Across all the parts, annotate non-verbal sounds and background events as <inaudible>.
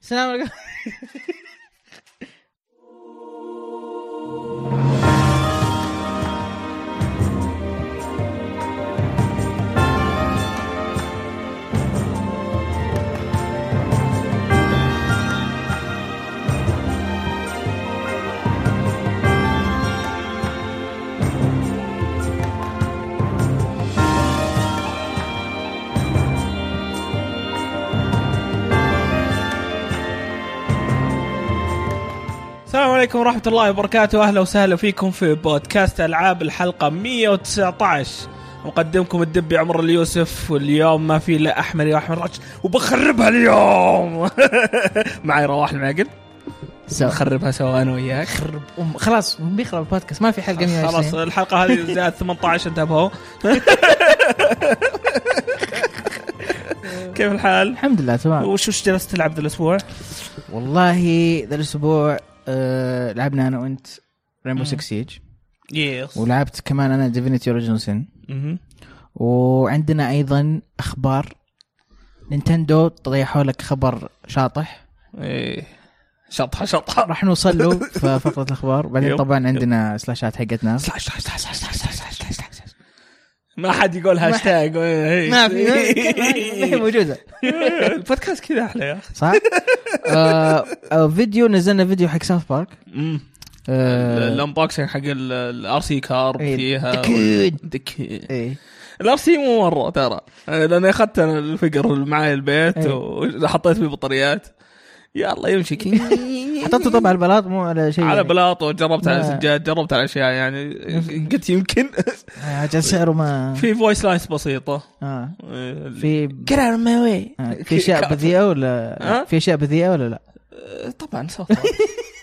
السلام عليكم السلام عليكم ورحمة الله وبركاته أهلا وسهلا فيكم في بودكاست ألعاب الحلقة 119 مقدمكم الدبي عمر اليوسف واليوم ما في لا أحمد يا أحمد رج وبخربها اليوم <laughs> معي رواح المعقل سوا نخربها سوا أنا وياك خرب أم- خلاص بيخرب البودكاست ما في حلقه 120 خلاص الحلقة هذه زائد 18 انتبهوا كيف الحال؟ الحمد لله تمام وش وش جلست تلعب ذا الأسبوع؟ والله ذا الاسبوع آه لعبنا انا وانت ريمبو مم. 6 سيج يس ولعبت كمان انا ديفينيتي اوريجن سن وعندنا ايضا اخبار نينتندو طيحوا لك خبر شاطح ايه شطحة شطحة راح نوصل <laughs> له في فقره الاخبار بعدين يب. طبعا عندنا سلاشات حقتنا سلاش سلاش سلاش سلاش سلاش سلاش سلاش سلاش سلاش. ما حد يقول إيه. هاشتاج ما <laughs> في ما هي موجوده البودكاست كذا احلى يا اخي صح؟ آه آه، فيديو نزلنا فيديو حق ساوث بارك آه الانبوكسنج حق الار سي كار إيه، فيها دكود. دكود إيه. الار سي مو مره ترى آه، لاني اخذت انا الفقر اللي معاي البيت إيه. وحطيت فيه بطاريات يا الله يمشي كي- حطيته طبعا على البلاط مو على شيء على يعني. بلاطه جربت على لا. سجاد جربت على اشياء يعني <laughs> قلت يمكن آه، عشان سعره ما في فويس لاينز بسيطه آه إيه، في Get out of my way. آه، في <laughs> اشياء بذيئه ولا ها؟ في اشياء بذيئه ولا لا؟ طبعا صوت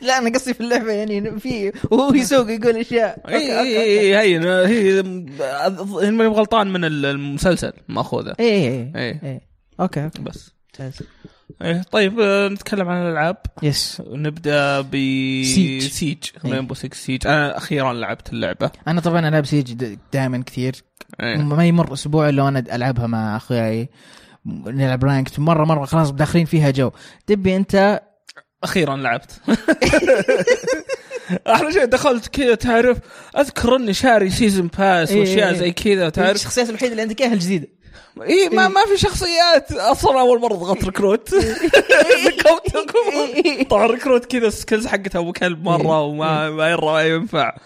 لا انا قصدي في اللعبه يعني في وهو يسوق يقول اشياء اي اي اي هي هي إن ماني غلطان من المسلسل ماخوذه اي إيه. اي اوكي اوكي بس ممتاز ايه طيب آه، نتكلم عن الالعاب يس نبدا ب Siege. سيج إيه. رينبو 6 سيج انا اخيرا لعبت اللعبه انا طبعا العب سيج دائما كثير إيه. ما يمر اسبوع الا وانا العبها مع اخوياي نلعب رانكت مره مره خلاص داخلين فيها جو تبي انت اخيرا لعبت احلى شيء دخلت كذا تعرف اذكر اني شاري سيزون باس إيه، واشياء إيه. زي كذا تعرف الشخصيات الوحيده اللي عندك اياها الجديده <laughs> اي ما ما في شخصيات اصلا اول مره ضغطت ريكروت ذكرت لكم. طبعا ريكروت كذا السكيلز حقتها ابو كلب مره إيه. وما ما يرى ما ينفع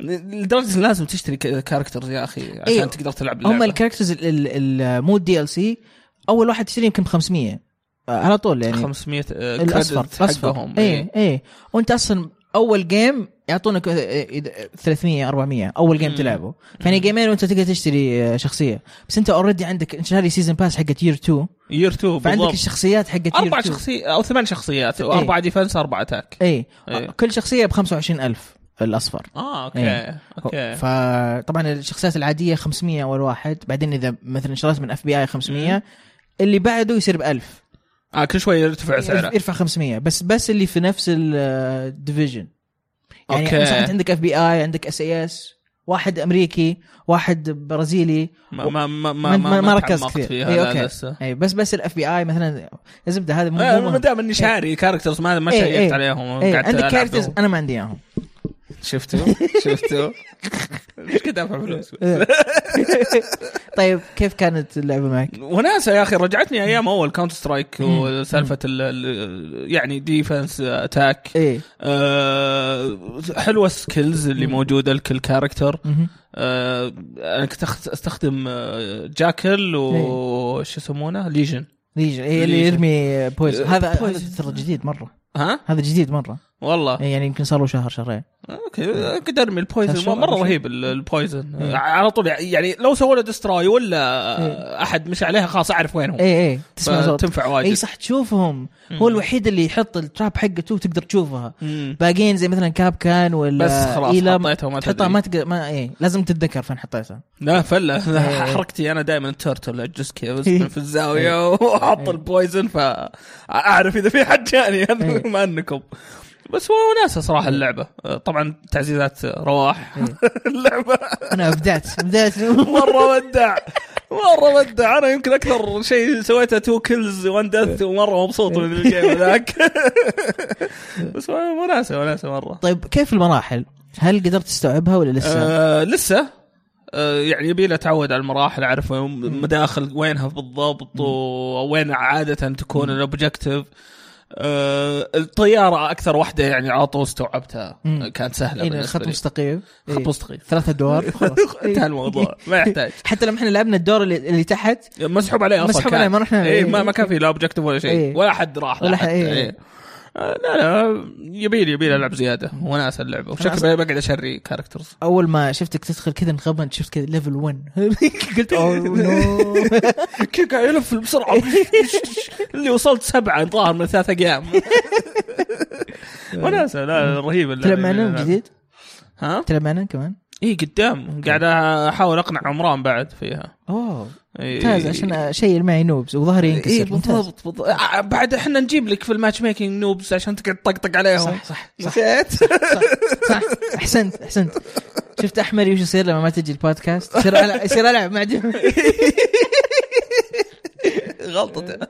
لدرجه إن لازم تشتري ك- كاركترز يا اخي عشان إيه. تقدر تلعب هم اللعبه الكاركترز ال- ال- ال- مو الدي ال سي اول واحد تشتري يمكن ب 500 آه، على طول يعني 500 الاصفر الاصفر الاصفر آه، حقهم إيه. اي اي اي وانت اصلا اول جيم يعطونك آه، إذا- 300 400 اول جيم مم. تلعبه يعني جيمين وانت تقدر تشتري آه، شخصيه بس انت اوريدي عندك انت شاري سيزون باس حقت يير 2 يير 2 فعندك إيه. بالضبط الشخصيات حقت year إيه. اربع 2. شخصيات او ثمان شخصيات واربعه ديفنس اربعه اتاك اي إيه. كل شخصيه ب 25000 الاصفر اه اوكي إيه. اوكي فطبعا الشخصيات العاديه 500 اول واحد بعدين اذا مثلا شريت من اف بي اي 500 اللي بعده يصير ب 1000 آه كل شوي إيه. يرتفع سعره يرفع 500 بس بس اللي في نفس الديفيجن يعني أوكي. مثلا أنت عندك اف بي اي عندك اس اي اس واحد امريكي واحد برازيلي ما ما ما ما, ما ما, ما ركزت تعمقت كثير فيها إيه، لا أوكي. لسه إيه، بس بس الاف بي اي مثلا الزبده هذا مو آه، مو ما مهم. دام اني شاري كاركترز ما ما إيه، شيكت إيه. عليهم إيه، قعدت عندك ألعب كاركترز بهم. انا ما عندي <laughs> اياهم شفتوا <laughs> شفتوا مش كنت ادفع فلوس إيه. طيب كيف كانت اللعبه معك؟ وناسه يا اخي رجعتني ايام اول كاونتر سترايك وسالفه ال- ال- يعني ديفنس اتاك ايه آه، حلوه السكيلز اللي موجوده لكل كاركتر مهم. آه، انا كنت أخت- استخدم آه، جاكل إيه. وش يسمونه ليجن ليجن ايه اللي ليجن. يرمي بويز آه، هذا بويزن. هذا ترى جديد مره ها هذا جديد مره والله إيه، يعني يمكن صار له شهر شهرين اوكي اقدر ارمي البويزن تشوف- مره أشوف. رهيب ال- البويزن على طول يعني لو سووا له دستراي ولا إيه. احد مش عليها خلاص اعرف وين هو اي اي إيه، تسمع صوت تنفع واجد اي صح تشوفهم إيه، هو الوحيد اللي يحط التراب حقته وتقدر تشوفها مم. باقيين زي مثلا كاب كان ولا بس خلاص إيلا حطيتها وما تحطها تدري. آه، ما تقدر ما اي لازم تتذكر فين حطيتها لا فلا إيه. إيه. حركتي انا دائما التورتل اجلس كذا <laughs> بس من في الزاويه واحط البويزن فاعرف اذا في حد جاني إيه. ما انكم بس هو وناسه صراحه اللعبه طبعا إيه. <laughs> تعزيزات رواح اللعبه انا ابدعت ابدعت مره ودع مره مدع انا يمكن اكثر شيء سويته تو كيلز وان إيه. ديث ومره مبسوط من <laughs> الجيم ذاك بس وناسه وناسه مره <laughs> طيب كيف المراحل؟ هل قدرت تستوعبها ولا لسه؟ آه لسه آه يعني يبي لي اتعود على المراحل اعرف وين- مداخل وينها بالضبط ووين عاده تكون الاوبجكتيف آه الطياره اكثر واحده يعني على طول استوعبتها مم. كانت سهله إيه بالنسبه خط لي مستقيم خط إيه. مستقيم <laughs> ثلاثة ادوار خلاص <laughs> انتهى الموضوع ما يحتاج حتى لما احنا لعبنا الدور اللي, اللي تحت مسحوب عليه اصلا مسحوب كان. عليه، ما رحنا- إيه ما, إيه. ما كان في لا اوبجكتيف ولا شيء إيه. ولا حد راح ولا لا حد- حد إيه. إيه. آه، لا لا يبيلي يبيلي العب زياده وناس اللعبه وشكلي بقعد <laughs> اشري كاركترز اول ما شفتك تدخل كذا انغبنت شفت كذا ليفل 1 <laughs> قلت اوه نو <laughs> كيف قاعد يلف <laughs> بسرعه اللي وصلت سبعه الظاهر من ثلاث <laughs> ايام وناسه لا رهيب اللعبة. تلعب معنا من جديد؟ ها؟ تلعب معنا كمان؟ اي قدام قاعد احاول اقنع عمران بعد فيها اوه إيه. ممتاز عشان اشيل معي نوبز وظهري ينكسر اي ممتاز. إيه، بالضبط بالضبط. آه، بعد احنا نجيب لك في الماتش ميكينج نوبس عشان تقعد تطقطق عليهم صح صح صح نسيت <laughs> صح احسنت احسنت شفت احمري وش يصير لما ما تجي البودكاست يصير العب يصير العب مع <laughs> دم غلطته <laughs>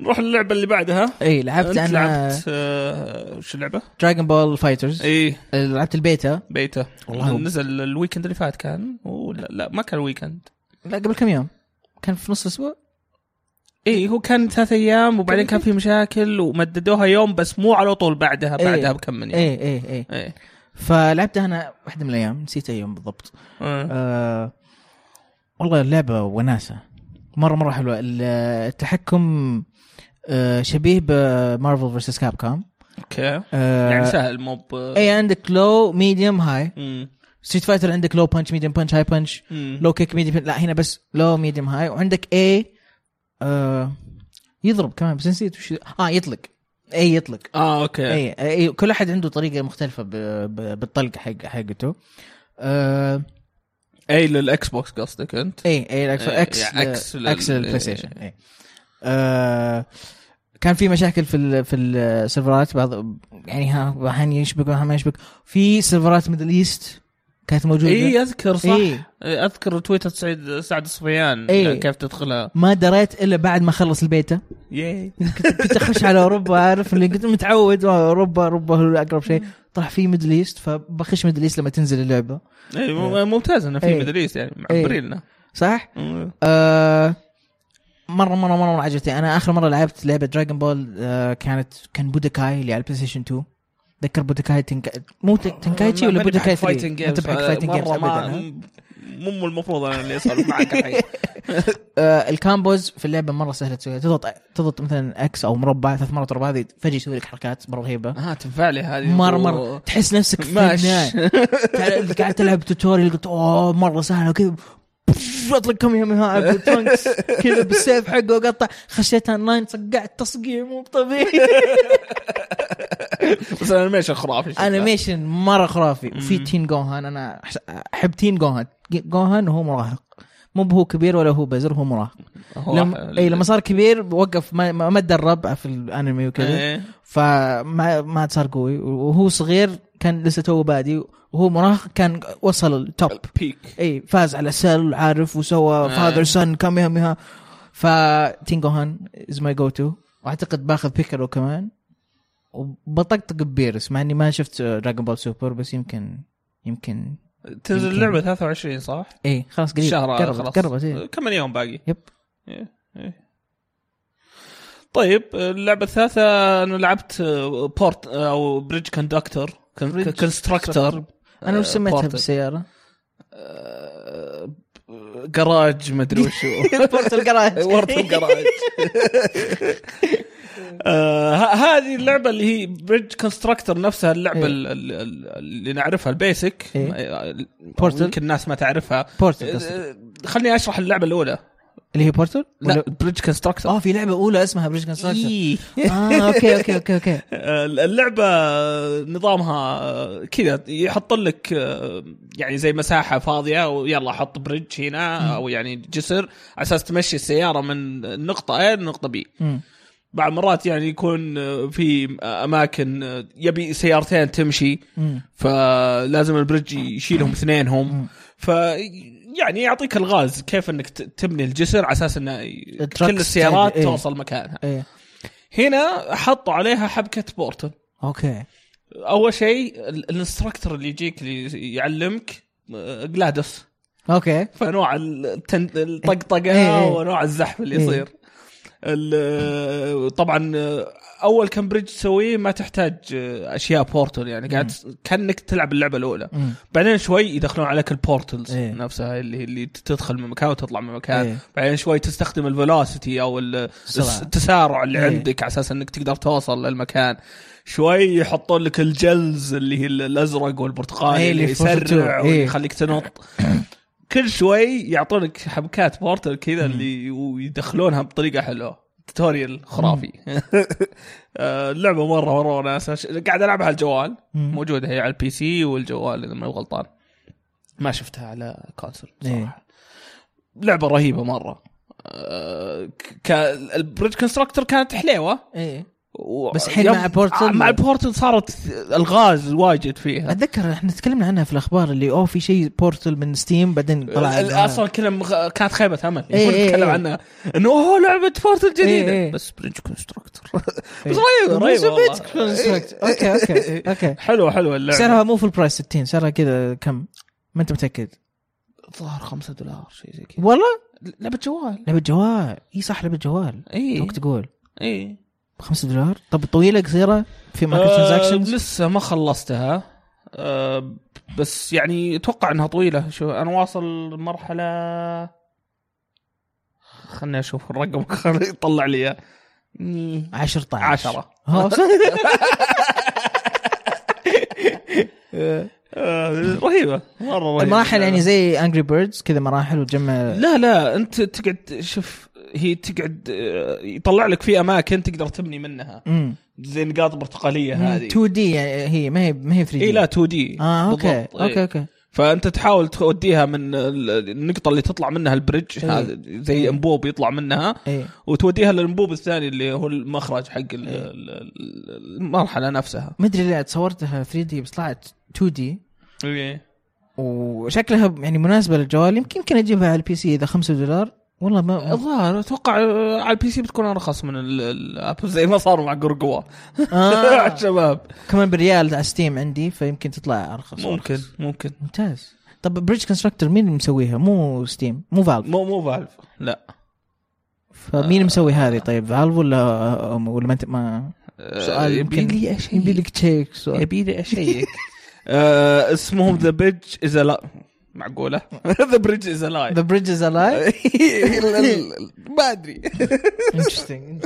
نروح اللعبه اللي بعدها اي إيه، لعبت انت انا لعبت إيه. آه، وش اللعبه؟ دراجون بول فايترز اي إيه، لعبت البيتا بيتا والله. نزل الويكند اللي فات كان ولا لا ما كان ويكند لا قبل كم يوم كان في نص الاسبوع اي إيه، هو كان ثلاث ايام وبعدين كان في مشاكل ومددوها يوم بس مو على طول بعدها إيه. بعدها بكم من يوم إيه. اي اي اي اي فلعبتها انا واحده من الايام نسيت اي يوم بالضبط آه. آه والله اللعبه وناسه مره مره حلوه ال- التحكم آه شبيه بمارفل فيرسس كاب كام اوكي يعني آه سهل مو ب اي عندك لو ميديوم هاي مم. ستريت فايتر عندك لو بانش ميديوم بانش هاي بانش مم. لو كيك ميديوم لا هنا بس لو ميديوم هاي وعندك اي آه يضرب كمان بس نسيت وش اه يطلق اي يطلق اه اوكي اي اي كل احد عنده طريقه مختلفه ب... ب... بالطلق حق حقته آه... اي للاكس بوكس إيه، قصدك انت اي اي الاكس إيه، اكس يعني إكس لل- اكس إيه. للبلاي ستيشن اي آه... كان في مشاكل في ال... في السيرفرات بعض يعني ها احيانا يشبك واحيانا ما يشبك في سيرفرات ميدل ايست كانت موجوده اي اذكر صح إيه. إيه، اذكر تويتر سعيد سعد الصفيان إيه. كيف تدخلها ما دريت الا بعد ما خلص البيتا ياي كنت اخش على اوروبا عارف اللي كنت متعود اوروبا اوروبا هو اقرب شيء طلع في ميدل ايست فبخش ميدل ايست لما تنزل اللعبه اي إيه، مم- ممتاز انه في إيه. مدريس يعني إيه. معبرين لنا صح؟ مم. آه، مره مره مره مره عجبتني انا اخر مره لعبت لعبه دراجون بول آه، كانت كان بودكاي اللي على البلاي ستيشن 2 ذكر بودكاي تنك... مو ت- تنكايتشي ولا ما- ماني بودكاي بحق 3 fighting انت games. آه، بحق فايتنج جيمز مرة ما- ابدا م- مو المفروض انا اللي اسولف <laughs> معك الحين آه، الكامبوز في اللعبه مره سهله تسويها تضغط تضغط مثلا اكس او مربع ثلاث مرات ورا بعض فجاه يسوي لك حركات مره رهيبه ها آه، تنفع لي هذه مره مره تحس نفسك في ماشي. النهاية. قاعد- قاعد تلعب توتوريال قلت اوه مره سهله وكذا بف، اطلق كم يوم <laughs> ها ترانكس كذا بالسيف حقه وقطع خشيت اونلاين صقعت تصقيع مو <laughs> طبيعي <laughs> بس الانيميشن خرافي شكله. انيميشن مره خرافي وفي مم. تين جوهان انا أحس- احب تين جوهان جوهان وهو مراهق مو هو كبير ولا هو بزر هو مراهق هو لما واحد- اي لما صار كبير وقف ما, ما ما تدرب في الانمي وكذا إيه. فما ما عاد صار قوي وهو صغير كان لسه تو بادي وهو مراهق كان وصل التوب بيك اي إيه، فاز على سيل عارف وسوى نعم. فاذر سن كاميها فتينجوهان از ماي جو تو واعتقد باخذ بيكرو كمان وبطقطق ببيرس مع اني ما شفت دراجون بول سوبر بس يمكن يمكن تنزل يمكن. اللعبه 23 صح؟ اي خلاص قريب الشهر هذا قربت خلاص قربت إيه. كم من يوم باقي يب طيب اللعبه الثالثه انا لعبت آه، بورت او بريدج كوندكتور Bridge كونستراكتور انا آه، وش سميتها <laughs> بالسياره؟ آه، <laughs> جراج مدري وشو بورت <laughs> الجراج <laughs> ورث الجراج آه، ه- هذه اللعبه اللي هي بريدج كونستراكتور نفسها اللعبه إيه. ال- ال- ال- اللي نعرفها البيسك إيه. آه، Portal. يمكن الناس ما تعرفها بورتل قصدي <laughs> آه، خليني اشرح اللعبه الاولى اللي هي بورتل؟ لا بريدج كونستراكتور اه في لعبه اولى اسمها بريدج <laughs> كونستراكشن إيه. اه اوكي اوكي اوكي اوكي آه، اللعبه آه، نظامها آه، كذا يحط لك آه، يعني زي مساحه فاضيه ويلا حط بريدج هنا او يعني جسر على اساس تمشي السياره من نقطه A لنقطه بي مم. بعض مرات يعني يكون آه، في اماكن آه، يبي سيارتين تمشي مم. فلازم البريدج يشيلهم اثنينهم مم. ف يعني يعطيك الغاز كيف انك ت- تبني الجسر على اساس انه ي- التراكس كل السيارات تاعي- إيه. توصل مكانها ايه هنا حطوا عليها حبكه بورتل اوكي اول شي الانستراكتور اللي يجيك اللي يعلمك آه، جلادس <laughs> اوكي فنوع التن- إيه، الطقطقه إيه. ونوع الزحف اللي إيه. يصير ال- طبعا آه، اول كم بريدج تسويه ما تحتاج آه، اشياء بورتل يعني قاعد كانك تلعب اللعبه الاولى مم. بعدين شوي يدخلون عليك البورتلز إيه. نفسها اللي اللي تدخل من مكان وتطلع من مكان إيه. بعدين شوي تستخدم الفلوسيتي او ال- سرعة. التسارع اللي إيه. عندك على اساس انك تقدر توصل للمكان شوي يحطون لك الجلز اللي هي ال- الازرق والبرتقالي إيه، اللي اللي فوق يسرع التوب. إيه. ويخليك تنط كل شوي يعطونك حبكات بورتل كذا اللي ويدخلونها بطريقه حلوه توتوريال خرافي <laughs> آه، اللعبه مره مره وناسه ش- قاعد العبها على الجوال مم. موجوده هي على البي سي والجوال اذا ماني غلطان ما شفتها على كونسول إيه. صراحه لعبه رهيبه مره آه، ك- ك... البريدج كونستراكتور كانت حليوه ايه و... بس الحين يب- مع بورتل- مع البورتل صارت الغاز واجد فيها اتذكر احنا تكلمنا عنها في الاخبار اللي اوه في شيء بورتل من ستيم بعدين طلع ال- اصلا كلها مغ... كانت خيبه امل إيه، المفروض إيه، نتكلم إيه. عنها انه اوه لعبه بورتل جديده إيه، إيه. بس بريدج كونستراكتور بس رهيبه بس رهيبه بيت والله. إيه. كونستراكت. <laughs> اوكي اوكي اوكي حلوه حلوه اللعبه سعرها مو في البرايس 60 سعرها كذا كم؟ ما انت متاكد الظاهر 5 دولار شيء زي كذا والله لعبه جوال لعبه جوال اي صح لعبه جوال اي توك تقول اي 5 دولار طب طويله قصيره في آه، مايكرو ترانزاكشنز لسه ما خلصتها آه بس يعني اتوقع انها طويله شو انا واصل مرحله خلني اشوف الرقم <laughs> خلني يطلع لي اياه مم، 10 عشرة <laughs> ها، صح؟ آه رهيبه مره رهيبه مراحل يعني زي انجري بيردز كذا مراحل وتجمع لا لا انت تقعد شوف هي تقعد آه، يطلع لك في اماكن تقدر تبني منها امم زي النقاط البرتقاليه هذه 2 دي يعني هي ما هي ما هي 3 دي اي لا إيه. 2 دي اه اوكي اوكي اوكي فانت تحاول توديها من ال- النقطه اللي تطلع منها البريدج إيه. هذا زي انبوب يطلع منها اي وتوديها للانبوب الثاني اللي هو المخرج حق ال- إيه. ال- ال- المرحله نفسها ما ادري ليه تصورتها 3 دي بس طلعت 2 دي ايه إيه. وشكلها يعني مناسبه للجوال يمكن يمكن اجيبها على البي سي اذا 5 دولار والله ما آه. <laughs> الظاهر اتوقع على البي سي بتكون ارخص من ال- الاب زي ما صار مع قرقوة <laughs> آه. الشباب كمان بريال على ستيم عندي فيمكن تطلع ارخص ممكن ممكن ممتاز طب بريدج كونستراكتور مين اللي مسويها مو ستيم مو فالف مو مو فالف لا فمين مسوي هذه طيب فالف ولا ولا ما انت ما سؤال آه، يبي يمكن- لي اشيك يبي لك تشيك سؤال يبي <laughs> لي اشيك آه، اسمهم ذا بيج از لا <laughs> معقوله ذا بريدج از لايف ذا بريدج از الايف <laughs> ال- ال- ال- ما <laughs> ادري انترستنج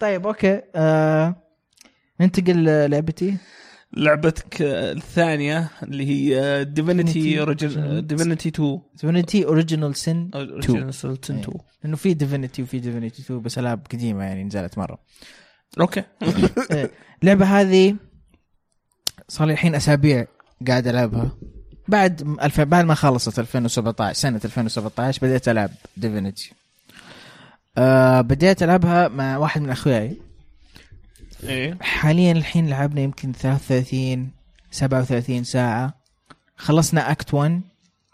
طيب اوكي آه، ننتقل للعبتي لعبتك الثانيه اللي هي ديفينيتي ديفينيتي 2 ديفينيتي اوريجينال سن Original Sin 2 لانه في ديفينيتي وفي ديفينيتي 2 بس العاب قديمه يعني نزلت مره اوكي إيه. اللعبه هذه صار لي الحين اسابيع قاعد العبها بعد م- الف... بعد ما خلصت 2017 سنه 2017 بديت العب ديفينيتي آه بديت العبها مع واحد من اخوياي ايه حاليا الحين لعبنا يمكن 33 37 ساعة خلصنا اكت 1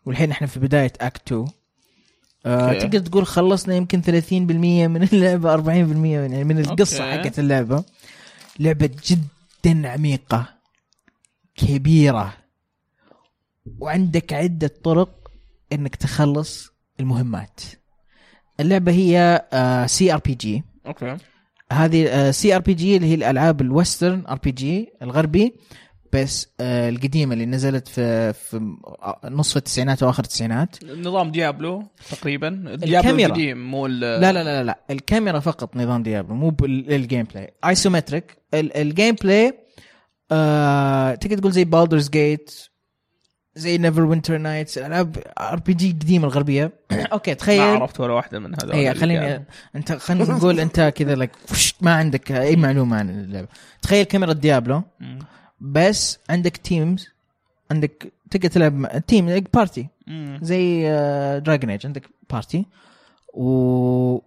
والحين احنا في بداية اكت 2 آه أوكي. تقدر تقول خلصنا يمكن 30% من اللعبة 40% من يعني من القصة أوكي. حقت اللعبة لعبة جدا عميقة كبيرة وعندك عدة طرق انك تخلص المهمات اللعبة هي آه، سي ار بي جي اوكي هذه آه، سي ار بي جي اللي هي الالعاب الويسترن ار بي جي الغربي بس آه، القديمه اللي نزلت في في نصف التسعينات واخر التسعينات نظام ديابلو تقريبا ديابلو الكاميرا. القديم مو ال- لا لا لا لا الكاميرا فقط نظام ديابلو مو بالجيم بلاي ايسومتريك الجيم بلاي آه، تقدر تقول زي بالدرز جيت زي نيفر وينتر نايتس العاب ار بي جي القديمه <coughs> الغربيه اوكي تخيل ما عرفت ولا واحده من هذول اي خليني انت خلينا نقول انت كذا لك ما عندك اي معلومه عن اللعبه تخيل كاميرا ديابلو بس عندك تيمز عندك تقدر تلعب مع تيم لك بارتي زي دراجون ايج عندك بارتي و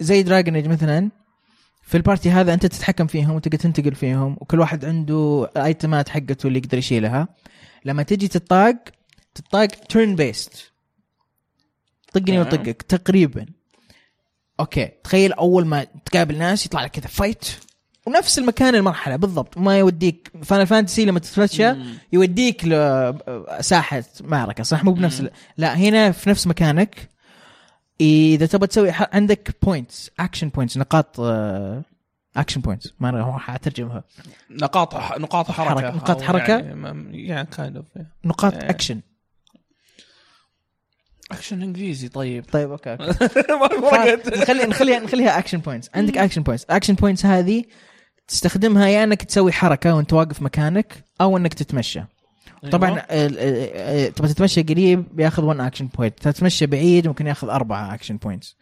زي دراجون ايج مثلا في البارتي هذا انت تتحكم فيهم وتقدر تنتقل فيهم وكل واحد عنده ايتمات حقته اللي يقدر يشيلها لما تجي تطاق تطاق تيرن بيست طقني تمام. وطقك تقريبا اوكي تخيل اول ما تقابل ناس يطلع لك كذا فايت ونفس المكان المرحله بالضبط ما يوديك فانا فانتسي لما تتمشى مم. يوديك لساحه معركه صح مو بنفس ال- لا هنا في نفس مكانك اذا تبغى تسوي ح- عندك بوينتس اكشن بوينتس نقاط اكشن بوينتس ما انا ما حاترجمها نقاط ح- نقاط حركه حركة- نقاط أو حركة. يعني ما- يعني كايند اوف نقاط إيه. اكشن اكشن انجليزي طيب طيب اوكي اوكي <laughs> ما فرقت نخلي نخليها نخليها اكشن بوينتس عندك اكشن بوينتس اكشن بوينتس هذه تستخدمها يا انك تسوي حركه وانت واقف مكانك او انك تتمشى طبعا أيوة. ال- ال- ال- آه، تبغى تتمشى قريب ياخذ 1 اكشن بوينت تتمشى بعيد ممكن ياخذ أربعة اكشن بوينتس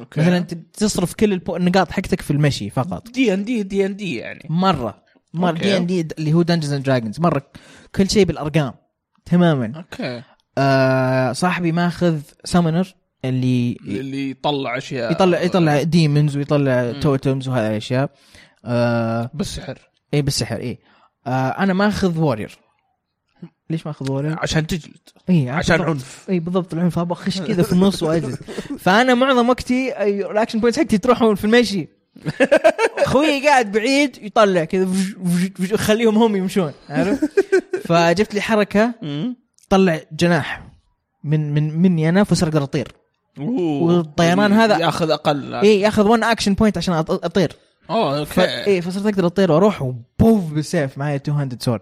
أوكي. مثلا انت تصرف كل البو- النقاط حقتك في المشي فقط دي ان دي دي ان دي يعني مره مره أوكي. دي ان دي اللي هو دنجنز اند دراجونز مره كل شيء بالارقام تماما اوكي آه صاحبي ماخذ سامونر اللي اللي يطلع اشياء يطلع يطلع ديمونز ويطلع مم. توتمز وهذه الاشياء آه بالسحر اي بالسحر اي آه انا ماخذ وورير ليش ماخذ إيه، وورير؟ عشان تجلد اي عشان عنف اي بالضبط العنف ابغى اخش كذا في النص واجلد فانا معظم وقتي أي- الاكشن بوينتس حقتي تروحون في المشي اخوي قاعد بعيد يطلع كذا فج- فج- فج- خليهم هم يمشون عارف؟ فجبت لي حركه طلع جناح من من مني انا فصير اقدر اطير أوه. والطيران هذا- ياخذ اقل اي إيه، ياخذ 1 اكشن بوينت عشان أط- اطير اوه ف... اوكي ايه فصرت اقدر اطير واروح وبوف بالسيف معي 200 سورد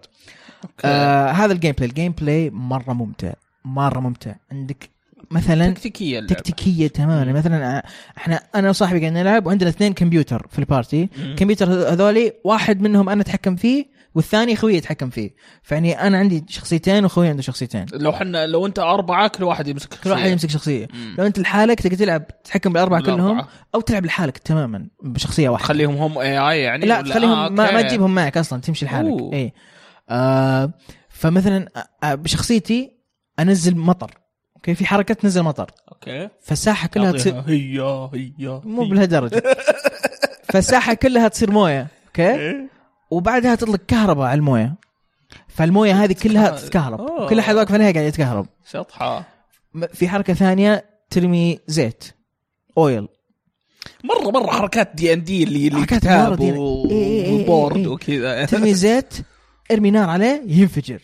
أوكي. آه هذا الجيم بلاي الجيم بلاي مره ممتع مره ممتع عندك مثلا تكتيكيه اللعبة. تكتيكيه تماما مثلا آه، احنا انا وصاحبي قاعدين نلعب وعندنا اثنين كمبيوتر في البارتي مم. كمبيوتر هذ- هذولي واحد منهم انا اتحكم فيه والثاني اخوي يتحكم فيه فيعني انا عندي شخصيتين واخوي عنده شخصيتين لو حنا لو انت اربعه كل واحد يمسك كل واحد شخصية. يمسك شخصيه مم. لو انت لحالك تقدر تلعب تتحكم بالاربعه كلهم بالأربعة. او تلعب لحالك تماما بشخصيه واحده خليهم هم اي اي يعني لا ولا- تخليهم ما, آه، ما أوكي. تجيبهم معك اصلا تمشي لحالك أوه. اي آه فمثلا آه، آه، بشخصيتي انزل مطر اوكي في حركه تنزل مطر اوكي فالساحه كلها كلها تصير هي هي مو بهالدرجه فالساحه كلها تصير مويه اوكي إيه، وبعدها تطلق كهرباء على المويه فالمويه هذه كلها تتكهرب. تتكهرب أوه. كل احد واقف عليها قاعد يتكهرب شطحه م- في حركه ثانيه ترمي زيت اويل مره مره حركات دي ان دي اللي اللي حركات مرة كتاب دي- و- إي- إي- إي- إي- إي. وبورد وكذا ترمي زيت ارمي نار عليه ينفجر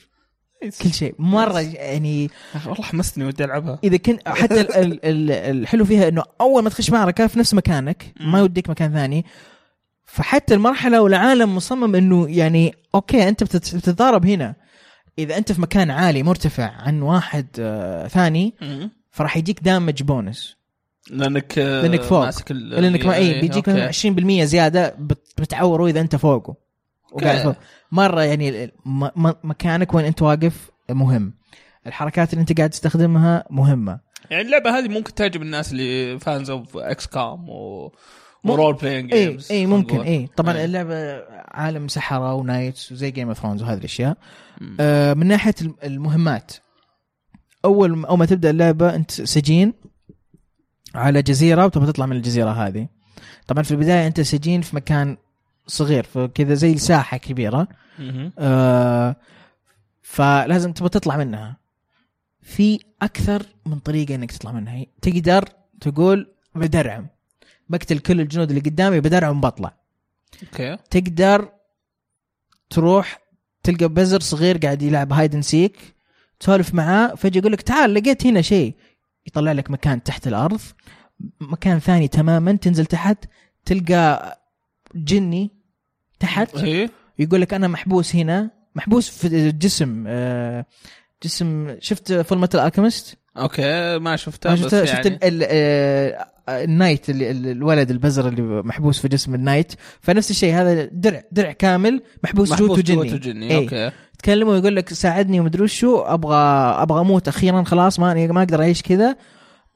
كل شيء مره يعني <laughs> والله حمستني ودي العبها اذا كنت حتى ال- ال- ال- الحلو فيها انه اول ما تخش معركه في نفس مكانك ما يوديك مكان ثاني فحتى المرحله والعالم مصمم انه يعني اوكي انت بتت- بتتضارب هنا اذا انت في مكان عالي مرتفع عن واحد آه ثاني فراح يجيك دامج بونس لانك آه، لأنك فوق. ماسك ال- إيه، لانك ما اي بيجيك أوكي. مثلاً 20% زياده بت- بتعوره اذا انت فوقه وقاعد أوكي. فوق مره يعني ال- م- م- مكانك وين انت واقف مهم الحركات اللي انت قاعد تستخدمها مهمه يعني اللعبه هذه ممكن تعجب الناس اللي فانز اوف اكس كام و مم. ورول بلاينج اي جيمز اي إيه، ممكن اي طبعا إيه. اللعبه عالم سحره ونايتس وزي جيم اوف ثرونز وهذه الاشياء آه من ناحيه الم- المهمات اول ما- اول ما تبدا اللعبه انت سجين على جزيره وتبغى تطلع من الجزيره هذه طبعا في البدايه انت سجين في مكان صغير فكذا زي ساحه كبيره آه فلازم تبغى تطلع منها في اكثر من طريقه انك تطلع منها تقدر تقول بدرعم بقتل كل الجنود اللي قدامي بدرعم بطلع اوكي تقدر تروح تلقى بزر صغير قاعد يلعب هايد اند سيك تسولف معاه فجاه يقول لك تعال لقيت هنا شيء يطلع لك مكان تحت الارض مكان ثاني تماما تنزل تحت تلقى جني تحت اي يقول لك انا محبوس هنا محبوس في جسم آه، جسم شفت فول ميتال الكيمست اوكي ما شفتها شفت بس شفت يعني ال- ال- آه، النايت اللي ال- الولد البزر اللي محبوس في جسم النايت فنفس الشيء هذا درع درع كامل محبوس, محبوس جوته جني, جوته جني إيه. اوكي تكلمه ويقول لك ساعدني ومدري وش شو ابغى ابغى اموت اخيرا خلاص ما ما اقدر اعيش كذا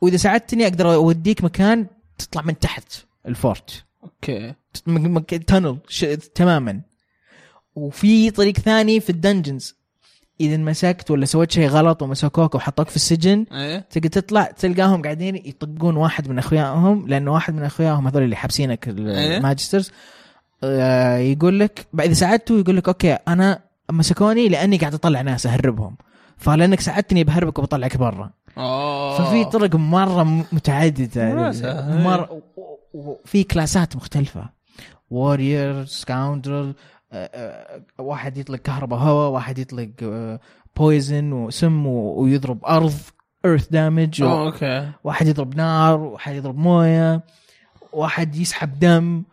واذا ساعدتني اقدر اوديك مكان تطلع من تحت الفورت اوكي م- م- تنل ش... تماما وفي طريق ثاني في الدنجنز اذا مسكت ولا سويت شيء غلط ومسكوك وحطوك في السجن ايه تقدر تطلع تلقاهم قاعدين يطقون واحد من اخوياهم لانه واحد من اخوياهم هذول اللي حابسينك ال- إيه. الماجسترز آه، يقول لك بعد اذا ساعدته يقول لك اوكي انا مسكوني لاني قاعد اطلع ناس اهربهم فلانك ساعدتني بهربك وبطلعك برا اوه ففي طرق مره م- متعدده مرة. يعني مره و- و- وفي كلاسات مختلفه وورير سكاوندرل آه، واحد يطلق كهرباء هواء واحد يطلق بويزن وسم و- ويضرب ارض ايرث دامج أوه، اوكي واحد يضرب نار واحد يضرب مويه واحد يسحب دم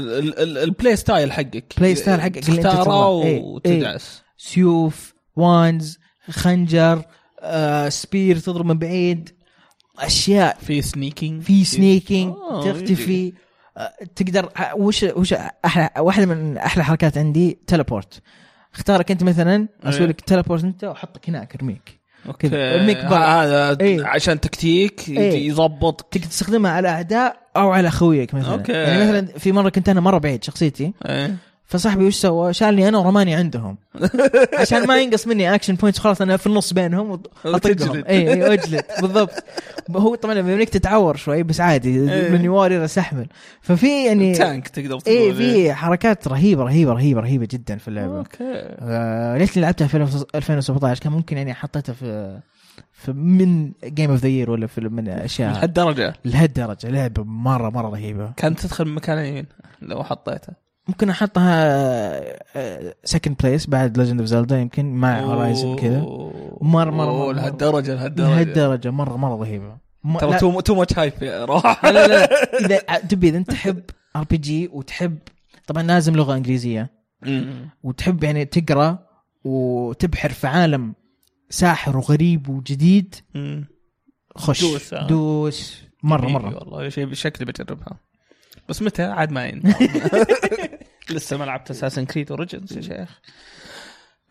فالبلاي ستايل حقك Play style حقك اللي أنت تختاره تبغاه. إيه، وتدعس سيوف وانز خنجر آه، سبير تضرب من بعيد اشياء في سنيكينج في سنيكينج آه، تختفي آه، تقدر آه، وش وش احلى واحده من احلى حركات عندي تليبورت اختارك انت مثلا إيه. اسوي لك تليبورت انت واحطك هناك ارميك اوكي كذا، ارميك برا. هذا إيه. عشان تكتيك إيه. يضبط تقدر تستخدمها على اعداء او على خويك مثلا أوكي. يعني مثلا في مره كنت انا مره بعيد شخصيتي إيه. فصاحبي وش سوى؟ شالني انا ورماني <laughs> عندهم عشان ما ينقص مني اكشن بوينتس خلاص انا في النص بينهم وط- اطقهم وتجلد. اي اي اجلد بالضبط هو طبعا لما يملك تتعور شوي بس عادي إيه. من وارير استحمل ففي يعني تانك تقدر تقول ايه إيه. في حركات رهيبه رهيبه رهيبه رهيبه جدا في اللعبه اوكي آه ليش لعبتها في 2017 كان ممكن يعني حطيتها في في من جيم اوف ذا يير ولا في من اشياء لهالدرجه لهالدرجه لعبه مره مره رهيبه كانت تدخل من مكان يمين لو حطيته ممكن احطها سكند بليس بعد ليجند اوف زلدا يمكن مع هورايزن آه، كذا مرة- مرة- أوه، مرة. لهالدرجه لهالدرجه لهالدرجه مره مره رهيبه ما- ترى لا- تو تو ماتش هايب يا روح لا لا لا اذا تبي اذا انت تحب <laughs> ار بي جي وتحب طبعا لازم لغه انجليزيه <laughs> مم. وتحب يعني تقرا وتبحر في عالم ساحر وغريب وجديد مم. خش دوس. دوس مره إيه مره والله شيء شكلي بجربها بس متى عاد ما <laughs> عندي لسه ما لعبت اساسن كريد اوريجنز يا شيخ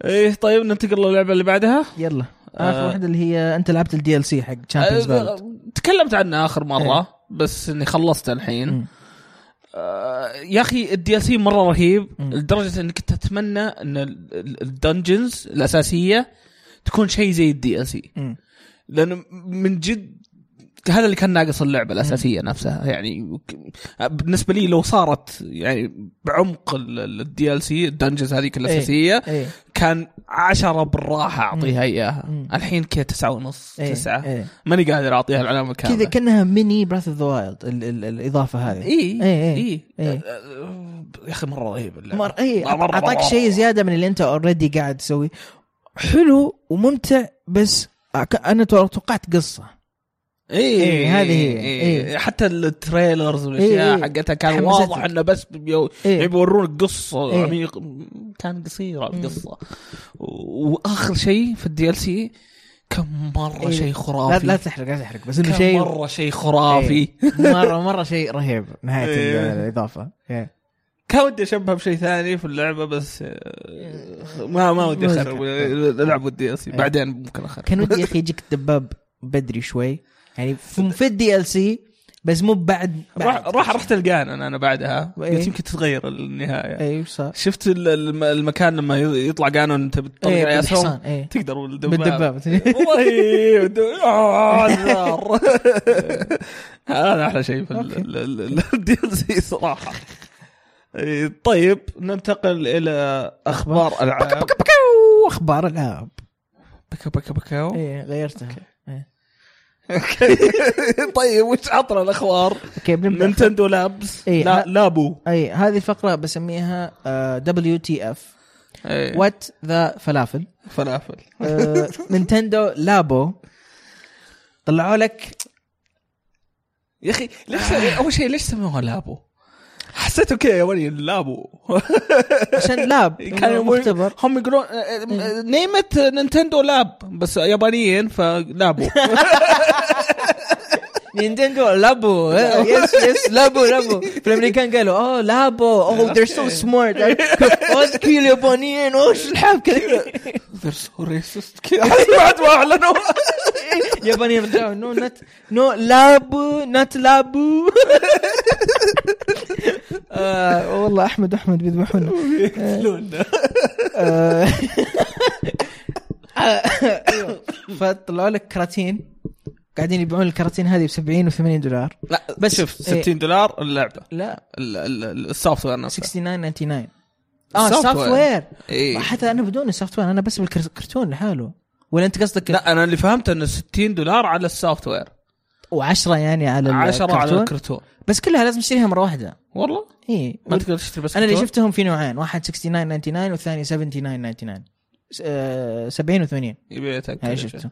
ايه طيب ننتقل للعبه اللي بعدها يلا اخر آه. واحده اللي هي انت لعبت الدي ال سي حق تشامبيونز فالد آه، تكلمت عنها اخر مره إيه. بس اني خلصت الحين مم. آه يا اخي الدي ال سي مره رهيب مم. لدرجه اني كنت اتمنى ان ال- ال- الدنجنز الاساسيه تكون شيء زي الدي ال سي لانه من جد هذا اللي كان ناقص اللعبه الاساسيه نفسها يعني ك- بالنسبه لي لو صارت يعني بعمق الدي ال سي الدنجنز هذيك الاساسيه ايه كان عشرة بالراحه اعطيها اياها مم. الحين كذا تسعة ونص إيه. تسعة إيه. ماني قادر اعطيها العلامه الكامله كذا كانها ميني براث اوف ذا وايلد الاضافه هذه اي إيه، إيه. اي إيه. أه، يا اخي مره رهيب اللعبة. مر... اي مرة- مرة- اعطاك مرة. شيء زياده من اللي انت اوريدي قاعد تسويه حلو وممتع بس أك- انا تو- توقعت قصه اي إيه، هذه هي. إيه. إيه. حتى التريلرز والاشياء إيه، إيه. حقتها كان حمستك. واضح انه بس بيو... إيه. يبي يورونك قصه إيه. عميق كان قصيره القصه و... واخر شيء في الدي ال سي كان مره إيه. شيء لا خرافي لا تحرق لا تحرق بس انه كان شيء مره شيء خرافي <laughs> إيه. مره مره شيء رهيب نهايه ال- إيه. الاضافه إيه. كان ودي اشبهها بشيء ثاني في اللعبه بس آه، ما ما ودي اخرب العب الدي ال سي إيه. بعدين ممكن اخرب كان <laughs> ودي يا <laughs> اخي يجيك الدباب بدري شوي يعني في, في الدي ال سي بس مو بعد راح بعد. راح رحت القان انا انا بعدها إيه. قلت يمكن تتغير النهايه اي وش صار؟ شفت ال- الم- المكان لما ي- يطلع قانون انت بتطلع إيه، على ياسهم، بالحصان، إيه. تقدر بالدباب <laughs> بالدباب والله إيه، <laughs> بالدباب. آه، النار. <laughs> هذا احلى شيء في أوكي. الدي ال سي صراحه إيه، طيب ننتقل الى اخبار العاب بكا بكا أوه، اخبار العاب بكا بكا بكا <laughs> ايه غيرتها إيه. طيب وش عطنا <laughs> الاخبار؟ اوكي بنبدا نينتندو لابس إيه، لا ه- لابو اي إيه، هذه الفقره بسميها آه، دبليو تي اف إيه، وات ذا <laughs> فلافل فلافل آه، نينتندو لابو طلعوا لك يا اخي ليش اول شيء ليش سموها لابو؟ حسيت اوكي يا ولي <laughs> لابو عشان لاب كانوا يقول- مختبر هم يقولون آه، إيه. نيمت نينتندو لاب بس يابانيين <laughs> فلابو نينتندو لابو يس يس لابو لابو في الامريكان قالوا اوه لابو اوه oh, they're so smart اوه كيل يابانيين اوه شو <laughs> الحبكه ذير سو ريسست <laughs> كذا بعد ما اعلنوا <laughs> يابانيين رجعوا نو نت نو لابو نت <laughs> لابو آه، والله احمد واحمد بيذبحونا <laughs> يقتلونا. آه، أيوه. فطلعوا لك كراتين قاعدين يبيعون الكراتين هذه ب 70 و 80 دولار لا بس- بس شوف إيه. 60 دولار اللعبه لا السوفت وير نفسه 69.99 اه Software. سوفت وير إيه. حتى انا بدون السوفت وير انا بس بالكرتون لحاله ولا انت قصدك لا انا اللي فهمت انه 60 دولار على السوفت وير و10 يعني على 10 على الكرتون. الكرتون بس كلها لازم تشتريها مره واحده والله اي ما تقدر تشتري بس انا اللي كرتون؟ شفتهم في نوعين واحد 69.99 والثاني 79.99 س- آه، 70 و80 يبيع تاك هاي تيشيرت. شفته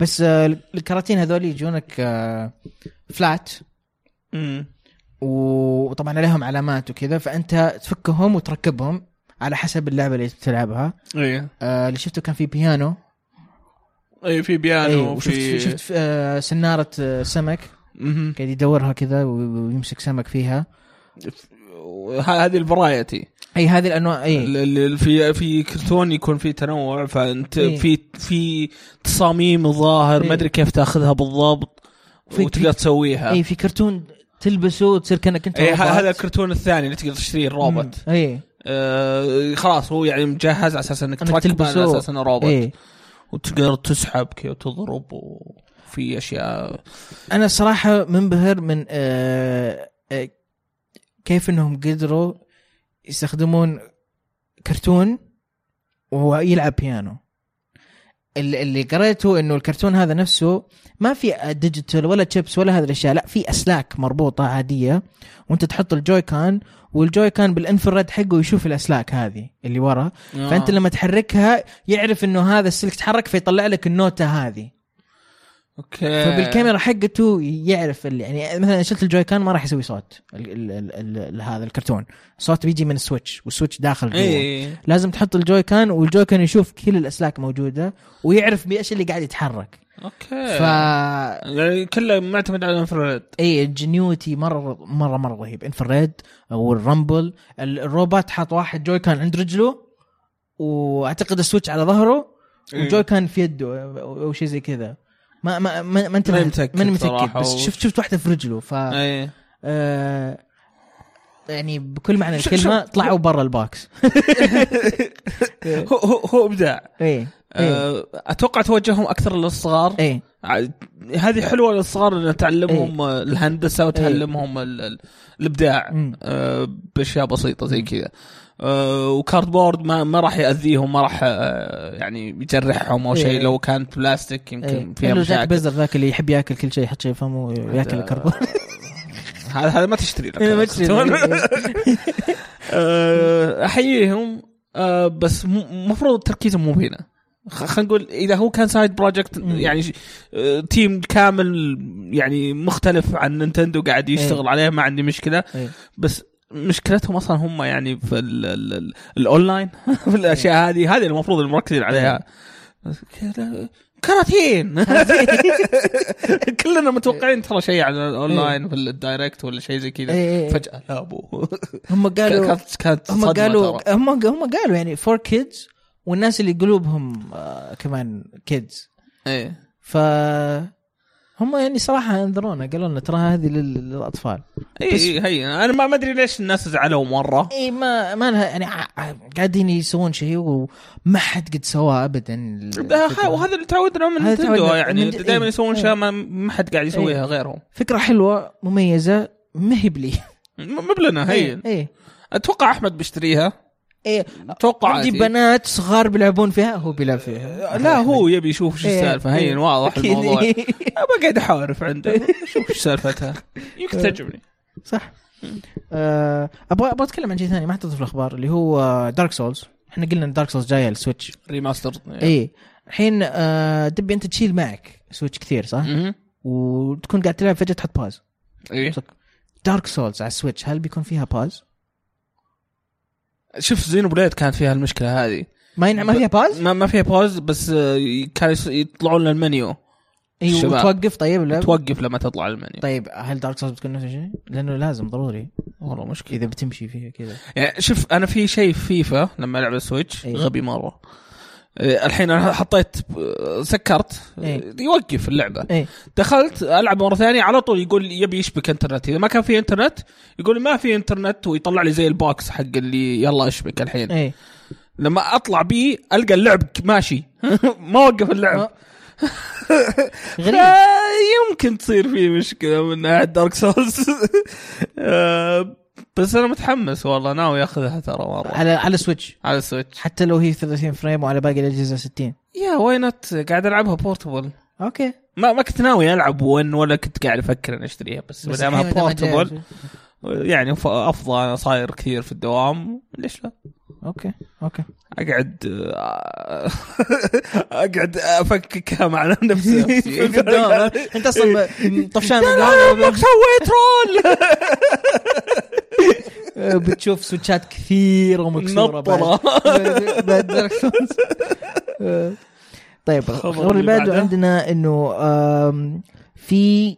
بس آه، الكراتين هذول يجونك آه، فلات أمم. وطبعا عليهم علامات وكذا فانت تفكهم وتركبهم على حسب اللعبه اللي بتلعبها ايه آه، اللي شفته كان في بيانو اي إيه، في بيانو أيوة، وفي وشفت شفت في آه، سناره آه، سمك مهم. قاعد يدورها كذا ويمسك سمك فيها وه- هذه الفرايتي اي إيه، هذه الانواع اي ال- ال- في في كرتون يكون في تنوع فانت إيه. في في تصاميم ظاهر إيه. ما ادري كيف تاخذها بالضبط في- وتقدر تسويها اي إيه، في كرتون تلبسه وتصير كانك انت آه. إيه، ه- روبوت. هذا الكرتون الثاني اللي تقدر تشتريه الروبوت مم. إيه، اي آه خلاص هو يعني مجهز على اساس انك إنك إيه. تركبه على تلبسه. اساس انه روبوت اي وتقدر تسحب كذا وتضرب وفي اشياء انا الصراحه منبهر من آه آه كيف انهم قدروا يستخدمون كرتون وهو يلعب بيانو اللي اللي قريته انه الكرتون هذا نفسه ما في ديجيتال ولا تشيبس ولا هذه الاشياء لا في اسلاك مربوطه عاديه وانت تحط الجوي كان والجوي كان بالانفراد حقه يشوف الاسلاك هذه اللي ورا آه، فانت لما تحركها يعرف انه هذا السلك تحرك فيطلع لك النوته هذه اوكي فبالكاميرا حقته يعرف ال- يعني مثلا شلت الجوي كان ما راح يسوي صوت ال ال ال ال ال هذا الكرتون الصوت بيجي من السويتش والسويتش داخل جوا اي لازم تحط الجوي كان والجوي كان يشوف كل الاسلاك موجوده ويعرف بايش اللي قاعد يتحرك اوكي ف يعني كله معتمد على الانفراد اي الجنيوتي مره مره مره رهيب انفراد والرامبل ال- الروبوت حاط واحد جوي كان عند رجله واعتقد السويتش على ظهره إيه. والجوي كان في يده او أو شيء زي كذا ما ما ما, ما انت ماني متأكد ماني متاكد صراحة إيه. بس وش- شفت شفت واحده في رجله ف اي آه يعني بكل معنى شو- الكلمه شو- طلعوا برا الباكس هو هو هو ابداع اي اي آه، اتوقع توجههم اكثر للصغار اي ع- هذه حلوه للصغار ان تعلمهم آه، الهندسه وتعلمهم ال- ال- الابداع إيه. مم. آه، باشياء بسيطه زي كذا آه، وكاردبورد ما ما راح ياذيهم ما راح آه، يعني يجرحهم او إيه. شيء لو كانت بلاستيك إيه. يمكن فيها إلا جاك مشاكل بزر ذاك اللي يحب ياكل كل شيء يحط شيء فمه وياكل الكربون هذا هذا إيه، ما تشتري <laughs> لك ما تشتري <laughs> لك. آه، احييهم آه، بس المفروض تركيزهم مو هنا خ- خلينا نقول اذا هو كان سايد بروجكت مم. يعني ش- آه، تيم كامل يعني مختلف عن نينتندو قاعد يشتغل إيه. عليه ما عندي مشكله <laughs> إيه. بس مشكلتهم اصلا هم يعني في ال- ال- ال- الاونلاين <laughs> في الاشياء هذه هذه المفروض اللي مركزين عليها بس كذا- كراتين <laughs> كلنا متوقعين ترى شيء على الاونلاين في الدايركت ولا شيء زي كذا إيه، إيه. فجاه لا ابو هم قالوا كانت كانت هم صدمة قالوا ترى. هم هم قالوا يعني فور كيدز والناس اللي قلوبهم آه كمان كيدز ايه ف هم يعني صراحه انذرونا قالوا لنا ترى هذه لل- للاطفال اي بس- إي، إيه، هي انا ما ما ادري ليش الناس زعلوا مره اي ما ما لها يعني ع- ع- قاعدين يسوون شيء وما حد قد سواه ابدا ال- ده- ه- وهذا اللي تعودنا من هذا نتندو تعودنا يعني من- دائما إيه. يسوون إيه. اشياء ما ما حد قاعد يسويها غيرهم فكره حلوه مميزه ما هي بلي م- مبلنا هي اي اتوقع احمد بيشتريها اي اتوقع عندي بنات صغار بيلعبون فيها هو بيلعب فيها لا <laughs> هو يبي يشوف شو إيه. السالفه إيه. هين واضح أكيد. الموضوع <laughs> أنا بقعد احارف عنده شوف شو سالفتها إيه. يمكن تعجبني صح آه، ابغى ابغى اتكلم عن شيء ثاني ما حطيته في الاخبار اللي هو دارك سولز احنا قلنا ان دارك سولز جايه السويتش ريماستر اي إيه. الحين آه، دبي انت تشيل معك سويتش كثير Mm. صح؟ وتكون قاعد تلعب فجاه تحط باز ايه دارك سولز على السويتش هل بيكون فيها باز؟ شوف زينو بليد كانت فيها المشكله هذه ما ينع- ما فيها باز؟ ما, ما فيها بوز بس آه، كان يس- يطلعون للمنيو اي الشباب. وتوقف طيب ولا توقف لما تطلع المنيو طيب هل دارك سولز بتكون نفس الشيء؟ لانه لازم ضروري والله مشكله اذا بتمشي فيها كذا يعني شوف انا في شيء في فيفا لما العب السويتش إيه. غبي مره آه، الحين انا حطيت آه، سكرت آه، إيه. يوقف اللعبه ايه دخلت العب مره ثانيه على طول يقول لي يبي يشبك انترنت اذا ما كان في انترنت يقول لي ما في انترنت ويطلع لي زي البوكس حق اللي يلا اشبك الحين ايه لما اطلع بيه القى اللعب ماشي <laughs> ما وقف اللعب <laughs> آه. غريب <laughs> لا، يمكن تصير في مشكله من ناحيه دارك سولز آه، بس انا متحمس والله ناوي اخذها ترى مره على على سويتش على السويتش حتى لو هي 30 فريم وعلى باقي الاجهزه 60 يا وينت قاعد العبها بورتبل اوكي ما ما كنت ناوي العب ون ولا كنت قاعد افكر اني اشتريها بس ما بس دامها الحين ما دام بورتبل جاهز. يعني ف- افضل انا صاير كثير في الدوام ليش لا؟ اوكي اوكي اقعد آه، <laughs> اقعد افككها مع <laughs> <laughs> نفسي في الدوام. إيه. انت اصلا طفشان من الدوام. سويت <laughs> رول <laughs> بتشوف سويتشات كثيره ومكسوره نطرة. بعد <laughs> <laughs> بعد Dark <laughs> Souls. آه. طيب الخبر اللي اللي بعده بعده. عندنا انه آم، في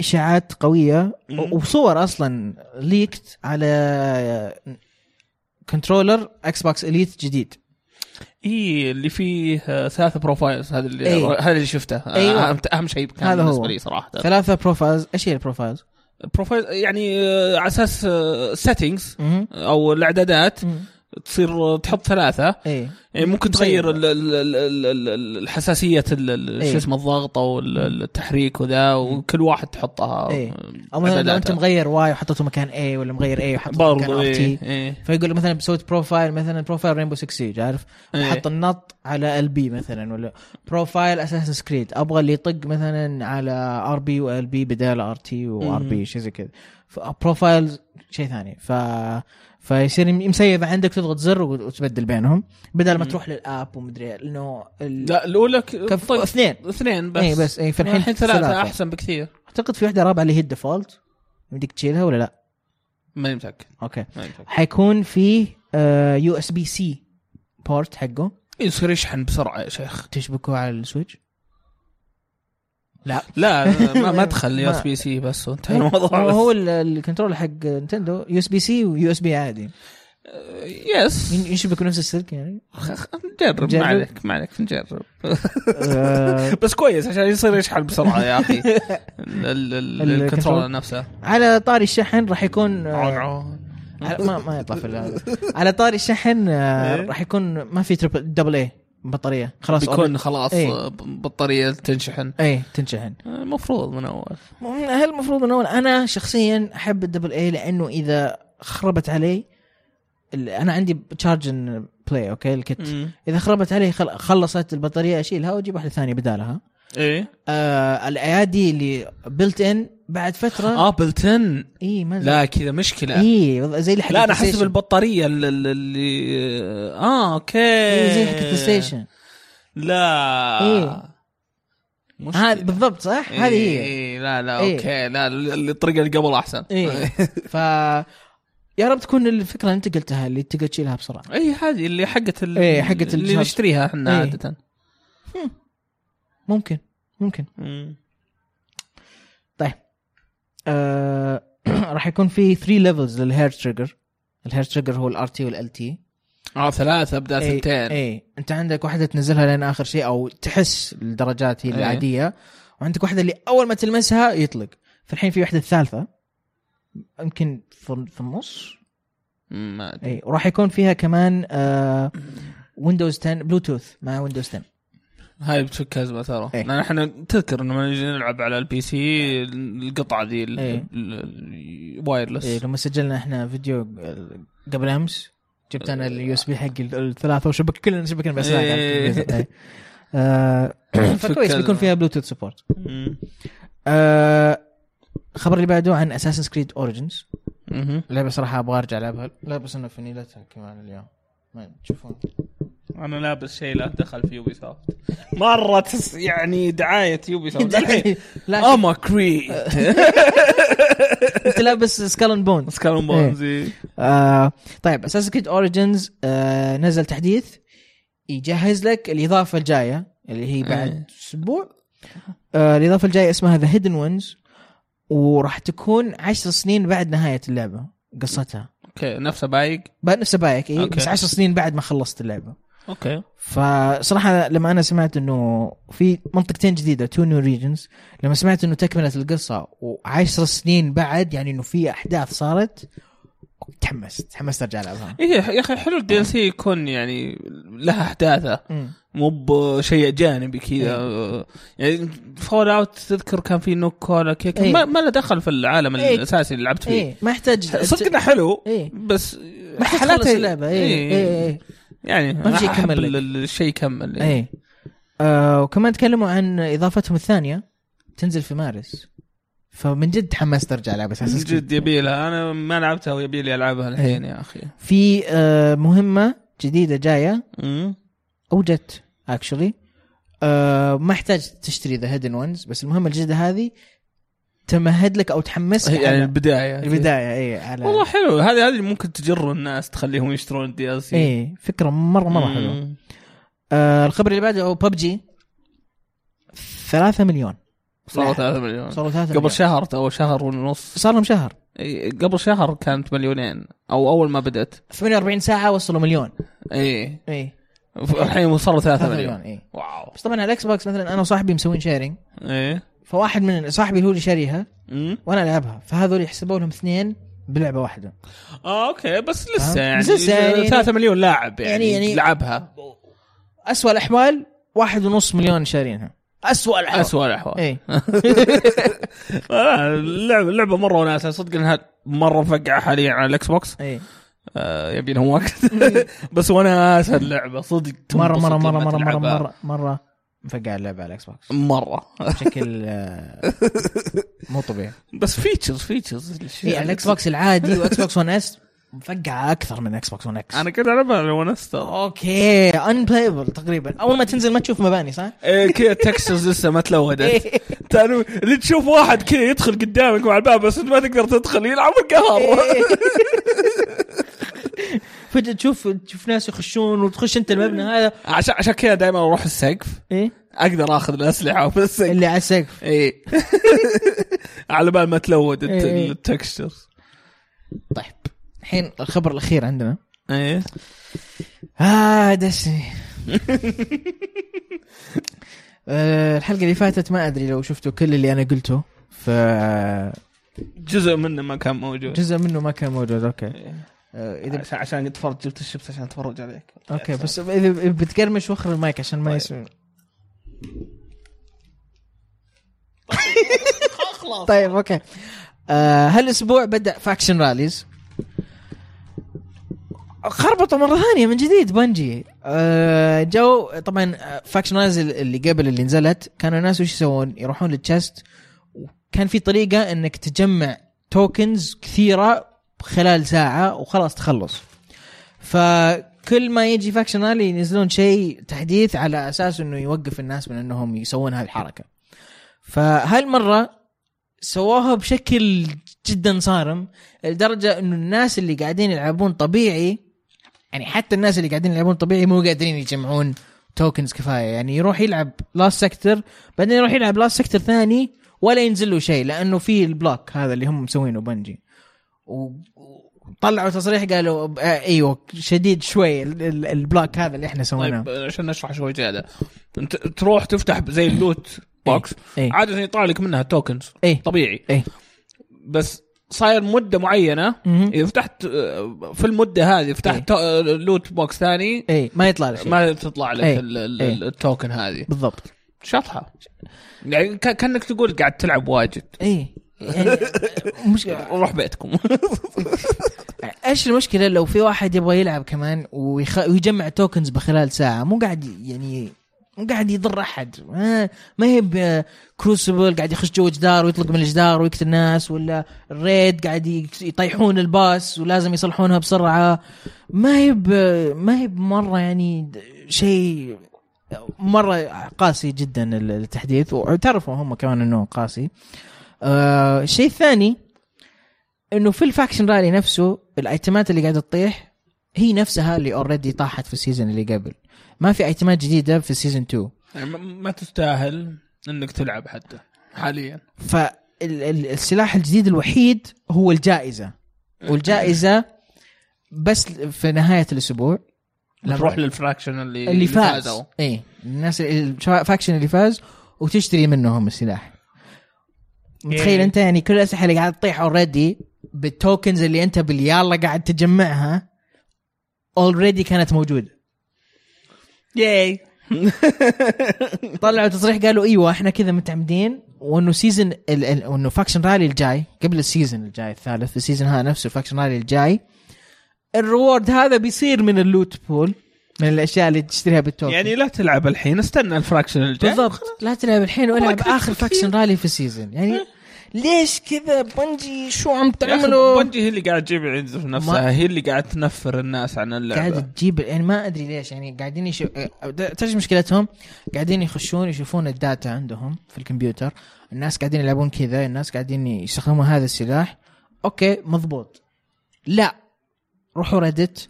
اشاعات قويه مم. وصور اصلا ليكت على كنترولر اكس بوكس اليت جديد اي اللي فيه آه، ثلاثة بروفايلز هذا اللي أيوة. هذا اللي شفته آه، أيوة. أهم- اهم شيء كان هذا هو. بالنسبه لي صراحه ثلاثه بروفايلز ايش هي البروفايلز؟ بروفايل يعني آه، على اساس سيتنجز مهم. او الاعدادات مم. تصير آه، تحط ثلاثه ايه يعني ممكن تغير ال- ال- ال- ال- ال- ال- الحساسيه ال- ال- إيه. شو اسمه الضغط او ال- ال- التحريك وذا وكل واحد تحطها إيه. آه، او مثلا لو إعداداتها. انت مغير واي وحطيته مكان اي ولا مغير اي وحطيته مكان برضو ار تي إيه. إيه. فيقول لك مثلا سويت بروفايل مثلا بروفايل رينبو 6 سيج عارف إيه. حط النط على ال بي مثلا ولا بروفايل اساسن سكريد ابغى اللي يطق مثلا على ار بي وال بي بدال ار تي وار بي مم. شيء زي كذا بروفايل شيء ثاني ف فيصير مسيب عندك تضغط زر وت- وتبدل بينهم بدل ما مم. تروح للاب ومدري انه ال... لا الاولى ك- كف... طق اثنين اثنين بس اي بس اي فالحين الحين ثلاثة ثلاثة. احسن بكثير اعتقد في واحده رابعه اللي هي الديفولت يمديك تشيلها ولا لا؟ ماني متاكد اوكي ماني متاكد حيكون آه، فيه يو اس بي سي بورت حقه يصير يشحن بسرعه يا شيخ تشبكه على السويتش <laughs> لا لا ما ما ادخل يو <laughs> ما- إيه، اس بي سي بس وانتهى طيب، الموضوع هو بس. <laughs> هو ال- الكنترول حق نينتندو يو اس بي سي ويو اس بي عادي آه، يس ين- يشبكوا نفس السلك يعني خ- خ- نجرب نجرب. ما عليك ما عليك نجرب آه، بس كويس عشان يصير <laughs> يشحن بسرعه يا اخي ال- ال- ال- الكنترول. الكنترولر نفسه على طاري الشحن راح يكون آه، عون عون على- ما ما يطلع في ال- على طاري الشحن آه، إيه. راح يكون ما في تربل دبل اي بطاريه خلاص بيكون خلاص إيه. آه، بطاريه تنشحن اي تنشحن آه، المفروض من اول مم، هل المفروض من اول انا شخصيا احب الدبل اي لانه اذا خربت علي ال- انا عندي تشارج بلاي اوكي الكت اذا خربت علي خل- خلصت البطاريه اشيلها واجيب واحده ثانيه بدالها ايه آه الايادي اللي بلت ان بعد فتره اه بلتن اي ما لا كذا مشكله اي وض- زي اللي حق لا انا البلاي احسب ستيشن. البطاريه ال- ال- اللي اه إي، اوكي زي حق البلاي إيه. ستيشن لا إيه. مشكلة. هذا بالضبط صح هذه هي إيه، لا لا إيه. اوكي لا ال- ال- الطريقه اللي قبل احسن اي <laughs> ف يا رب تكون الفكره اللي انت قلتها اللي تقدر تشيلها بسرعه اي إيه، هذه اللي حقت ال- إيه، حقت اللي الجهاز. نشتريها احنا إيه. عاده ممكن ممكن مم. طيب. آه <clears throat> راح يكون في 3 ليفلز للهير تريجر الهير تريجر هو الار تي والال تي اه ثلاثه بدا ثنتين اي انت إيه، عندك واحده تنزلها لين اخر شيء او تحس الدرجات هي إيه. العاديه وعندك واحده اللي اول ما تلمسها يطلق فالحين في واحده الثالثه يمكن في في النص مم، ما ادري اي وراح يكون فيها كمان آه ويندوز 10 بلوتوث مع ويندوز 10 هاي بتفك ازمه ترى إيه. لان احنا تذكر انه لما نجي نلعب على البي سي القطعه ذي ال- إيه. ال- الوايرلس إيه لما سجلنا احنا فيديو آه، قبل امس جبت انا اليو اس بي حق الثلاثه وشبك كلنا شبكنا بس إيه. آه، فكويس بيكون فيها بلوتوث سبورت مم. آه، الخبر اللي بعده عن اساسن كريد اوريجنز مهم. لعبه صراحه ابغى ارجع العبها لا بس انه فنيلتها كمان اليوم ما تشوفون انا لابس شيء له دخل في يوبي سوفت <laughs> مره تس يعني دعايه <laughs> يوبي سوفت الحين لا اما كري <laughs> انت لابس سكالن بونز سكالون بونزي آه، طيب اساسن كريد اوريجنز آه، نزل تحديث يجهز لك الاضافه الجايه اللي هي بعد إيه. اسبوع آه، الاضافه الجايه اسمها ذا هيدن وينز وراح تكون عشر سنين بعد نهايه اللعبه قصتها اوكي نفسه بايق بعد نفس بايك إيه؟ أوكي. بس عشر سنين بعد ما خلصت اللعبه اوكي فصراحة لما أنا سمعت أنه في منطقتين جديدة تو نيو ريجنز لما سمعت أنه تكملة القصة وعشر سنين بعد يعني أنه في أحداث صارت تحمست تحمست ارجع العبها إيه يا اخي حلو الدي ال سي يكون يعني لها احداثه مم. مو بشيء جانبي كذا إيه. يعني فول اوت تذكر كان في نوك كولا كيك إيه. ما, ما له دخل في العالم إيه. الاساسي اللي لعبت فيه ايه ما يحتاج <laughs> صدق انه حلو إيه. بس ما يحتاج تخلص اللعبه ايه إيه. ايه ايه يعني ما في شيء أحب يكمل لك. ال- ال- الشيء يكمل إيه. ايه آه وكمان تكلموا عن اضافتهم الثانيه تنزل في مارس فمن جد تحمست ارجع العب من اساسا جد يبي لها انا ما لعبتها ويبي لي العبها إيه. الحين يا اخي في آه مهمه جديده جايه أمم. او جت اكشلي آه ما يحتاج تشتري ذا هيدن ونز بس المهمه الجديده هذه تمهد لك او تحمسك يعني على البدايه البدايه ايه على والله حلو هذه هذه ممكن تجر الناس تخليهم يشترون الدي ال سي ايه فكره مره مره حلوه آه الخبر اللي بعده هو ببجي 3 مليون صاروا لا. 3 مليون صاروا 3 قبل مليون. شهر او شهر ونص صار لهم شهر إيه، قبل شهر كانت مليونين او اول ما بدات 48 ساعه وصلوا مليون اي ايه الحين وصلوا 3 3 إيه، مليون مليون ايه واو بس طبعا على الاكس بوكس مثلا انا وصاحبي مسوين شيرنج ايه فواحد من صاحبي هو اللي شاريها أمم. وانا العبها فهذول يحسبوا لهم اثنين بلعبه واحده اه اوكي بس لسه فاهم؟ يعني آه، بس لسه يعني- 3 مليون لاعب يعني, يعني- يعني- لعبها اسوء الاحوال واحد ونص مليون شارينها اسوء الاحوال اسوء الاحوال <laughs> ايه آه، اللعبه اللعبه مره وناسه صدق انها مره مفقعه حاليا على الاكس بوكس ايه آه يبي لهم وقت إيه. <laughs> بس وناسه اللعبه صدق مره تنبسط مره مره مره مره لما تلعبها. مره مره مفقع اللعبه على الاكس بوكس <laughs> مره بشكل آه، مو طبيعي بس يعني فيتشرز فيتشرز اي إيه، على الاكس بوكس يعني العادي واكس بوكس 1 اس مفقعه اكثر من اكس بوكس 1 اكس انا كنت العبها لو ونست اوكي ان بلايبل تقريبا اول ما تنزل ما تشوف مباني صح؟ كذا تكسرز إيه، لسه ما إيه. تلودت <laughs> تعرف اللي تشوف واحد كذا يدخل قدامك مع الباب بس انت ما تقدر تدخل يلعب إيه. القهر فجاه تشوف تشوف ناس يخشون وتخش انت المبنى هذا عشان عشان كذا دائما اروح السقف ايه اقدر اخذ الاسلحه في السقف اللي على السقف اي <laughs> على بال ما تلود الت- إيه. التكستشرز طيب الحين الخبر الاخير عندنا إيه. ايه اه دسني <laughs> آه، الحلقه اللي فاتت ما ادري لو شفتوا كل اللي انا قلته ف جزء منه ما كان موجود جزء منه ما كان موجود اوكي إيه. آه، اذا عشان عشان قد فرج جبت الشبس عشان اتفرج عليك اوكي بس اذا بتقرمش وخر المايك عشان ما يسمع خلاص طيب اوكي آه هالاسبوع بدا فاكشن راليز خربطوا مره ثانيه من جديد بنجي آه جو آه، طبعا فاكشن راليز اللي قبل اللي نزلت كانوا الناس وش يسوون؟ يروحون للتشست وكان في طريقه انك تجمع توكنز كثيره خلال ساعه وخلاص تخلص فكل ما يجي فاكشن رالي ينزلون شيء تحديث على اساس انه يوقف الناس من انهم يسوون هذه الحركه فهالمره سووها بشكل جدا صارم لدرجه انه الناس اللي قاعدين يلعبون طبيعي يعني حتى الناس اللي قاعدين يلعبون طبيعي مو قادرين يجمعون توكنز كفايه يعني يروح يلعب لاست سكتر بعدين يروح يلعب لاست سكتر ثاني ولا ينزل له شيء لانه في البلوك هذا اللي هم مسوينه بنجي و- وطلعوا تصريح قالوا آه، ايوه شديد شوي ال- ال- البلوك هذا اللي احنا سويناه طيب عشان نشرح شوي زياده انت تروح تفتح زي اللوت بوكس ايه. عاده يطلع لك منها توكنز ايه. طبيعي ايه بس صاير مده معينه مهم. اذا إيه، فتحت آه، في المده هذه ايه. فتحت تو- آه، لوت بوكس ثاني ايه ما يطلع له شيء ما تطلع لك ايه. ال- ال- ايه. التوكن هذه بالضبط شطحه يعني ك- كانك تقول قاعد تلعب واجد ايه يعني مشكله روح بيتكم <laughs> ايش المشكله لو في واحد يبغى يلعب كمان ويخ... ويجمع توكنز بخلال ساعه مو قاعد يعني مو قاعد يضر احد ما, ما هي ب- كروسبل قاعد يخش جو جدار ويطلق من الجدار ويقتل ناس ولا الريد قاعد ي- يطيحون الباص ولازم يصلحونها بسرعه ما هي ب... ما هي بمره يعني د- شيء مره قاسي جدا ال- التحديث واعترفوا هم كمان انه قاسي آه، الشيء الثاني انه في الفاكشن رالي نفسه الايتمات اللي قاعده تطيح هي نفسها اللي اوريدي طاحت في السيزون اللي قبل ما في ايتمات جديده في السيزون 2 يعني ما- ما تستاهل انك تلعب حتى حاليا فالسلاح الجديد الوحيد هو الجائزه إيه. والجائزه بس في نهايه الاسبوع لما- تروح للفراكشن اللي اللي فاز فازوا. اي الناس الفاكشن اللي فاز وتشتري منهم السلاح متخيل إيه. انت يعني كل الاسلحه اللي قاعده تطيح اوريدي بالتوكنز اللي انت باليالا قاعد تجمعها اوريدي كانت موجوده ياي طلعوا تصريح قالوا ايوه احنا كذا متعمدين وانه سيزن ال- ال- وانه فاكشن رالي الجاي قبل السيزن الجاي الثالث السيزن ها نفسه فاكشن رالي الجاي الريورد هذا بيصير من اللوت بول من الاشياء اللي تشتريها بالتوكن يعني لا تلعب الحين استنى الفراكشن الجاي بالضبط لا تلعب الحين ما والعب كلفك اخر كثير. فاكشن رالي في السيزن يعني ليش كذا بنجي شو عم يا أخي تعملوا بونجي هي اللي قاعد تجيب عيد في نفسها هي اللي قاعد تنفر الناس عن اللعبه قاعد تجيب يعني ما ادري ليش يعني قاعدين يشو... أه، تعرف مشكلتهم قاعدين يخشون يشوفون الداتا عندهم في الكمبيوتر الناس قاعدين يلعبون كذا الناس قاعدين يستخدمون هذا السلاح اوكي مضبوط لا روحوا ريدت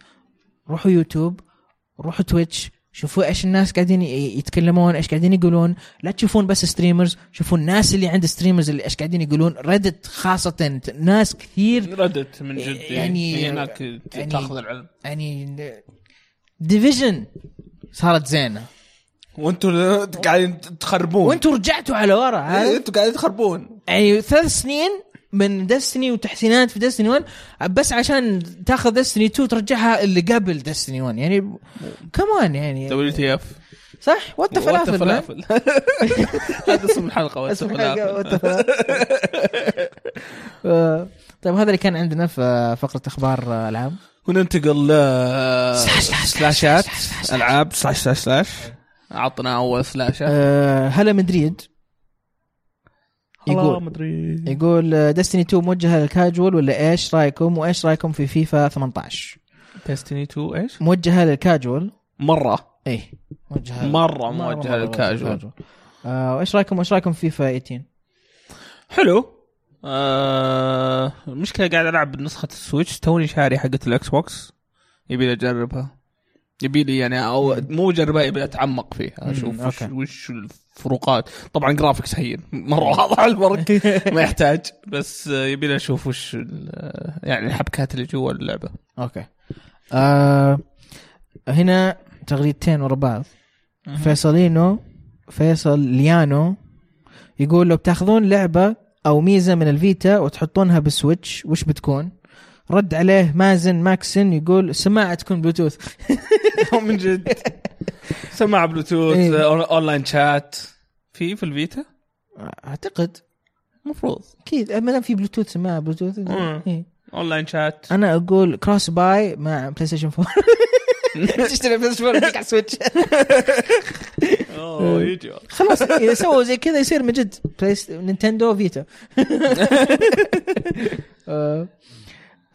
روحوا يوتيوب روحوا تويتش شوفوا ايش الناس قاعدين ي- يتكلمون ايش قاعدين يقولون لا تشوفون بس ستريمرز شوفوا الناس اللي عند ستريمرز اللي ايش قاعدين يقولون ريدت خاصه ناس كثير ردت من جد يعني- يعني هناك ت- يعني- تاخذ العلم يعني ديفيجن صارت زينه وانتم قاعدين تخربون وانتوا رجعتوا على ورا عارف؟ انتم قاعدين تخربون يعني ثلاث سنين من دستني وتحسينات في دستني 1 بس عشان تاخذ دستني 2 ترجعها اللي قبل دستني 1 يعني كمان يعني دبليو تي اف صح وات فلافل مان. <laughs> هذا اسم الحلقه وات اسم فلافل. الحلقة، وات آه، طيب هذا اللي كان عندنا في فقره اخبار العاب وننتقل ل سلاش، سلاش، سلاشات سلاش، سلاش، سلاش. العاب سلاش سلاش سلاش عطنا اول سلاشه آه، هلا مدريد يقول مدري يقول آه، ديستني 2 موجهه للكاجوال ولا ايش رايكم وايش رايكم في فيفا 18 ديستني 2 ايش؟ موجهه للكاجوال مره اي موجهه مرة موجهة للكاجوال. آه، وايش رايكم وايش رايكم في فيفا <laughs> 18 حلو آه المشكله قاعد العب بنسخه السويتش توني شاري حقه الاكس بوكس يبي لي اجربها يبي لي يعني او مو اجربها يبي اتعمق فيها مم، اشوف وش, أوكي. وش الفروقات طبعا جرافيكس هين مره <laughs> واضح على الفرق ما يحتاج بس آه، يبي لي اشوف وش ال- يعني الحبكات اللي جوا <laughs> اللعبه اوكي آه، هنا تغريدتين ورا بعض مهم. فيصلينو فيصل ليانو يقول لو بتاخذون لعبه او ميزه من الفيتا وتحطونها بالسويتش وش بتكون؟ رد عليه مازن ماكسن يقول سماعه تكون بلوتوث من جد سماعه بلوتوث إيه. آه، أون- اونلاين شات في في الفيتا آه، اعتقد المفروض اكيد ما دام في بلوتوث سماعه بلوتوث مم. إيه. اونلاين شات انا اقول كروس باي مع بلاي ستيشن 4 <laughs> تشتري بلاي ستيشن 4 تجيك على السويتش اوه يجي خلاص اذا سووا زي كذا يصير من جد بلاي ست- نينتندو فيتا آه،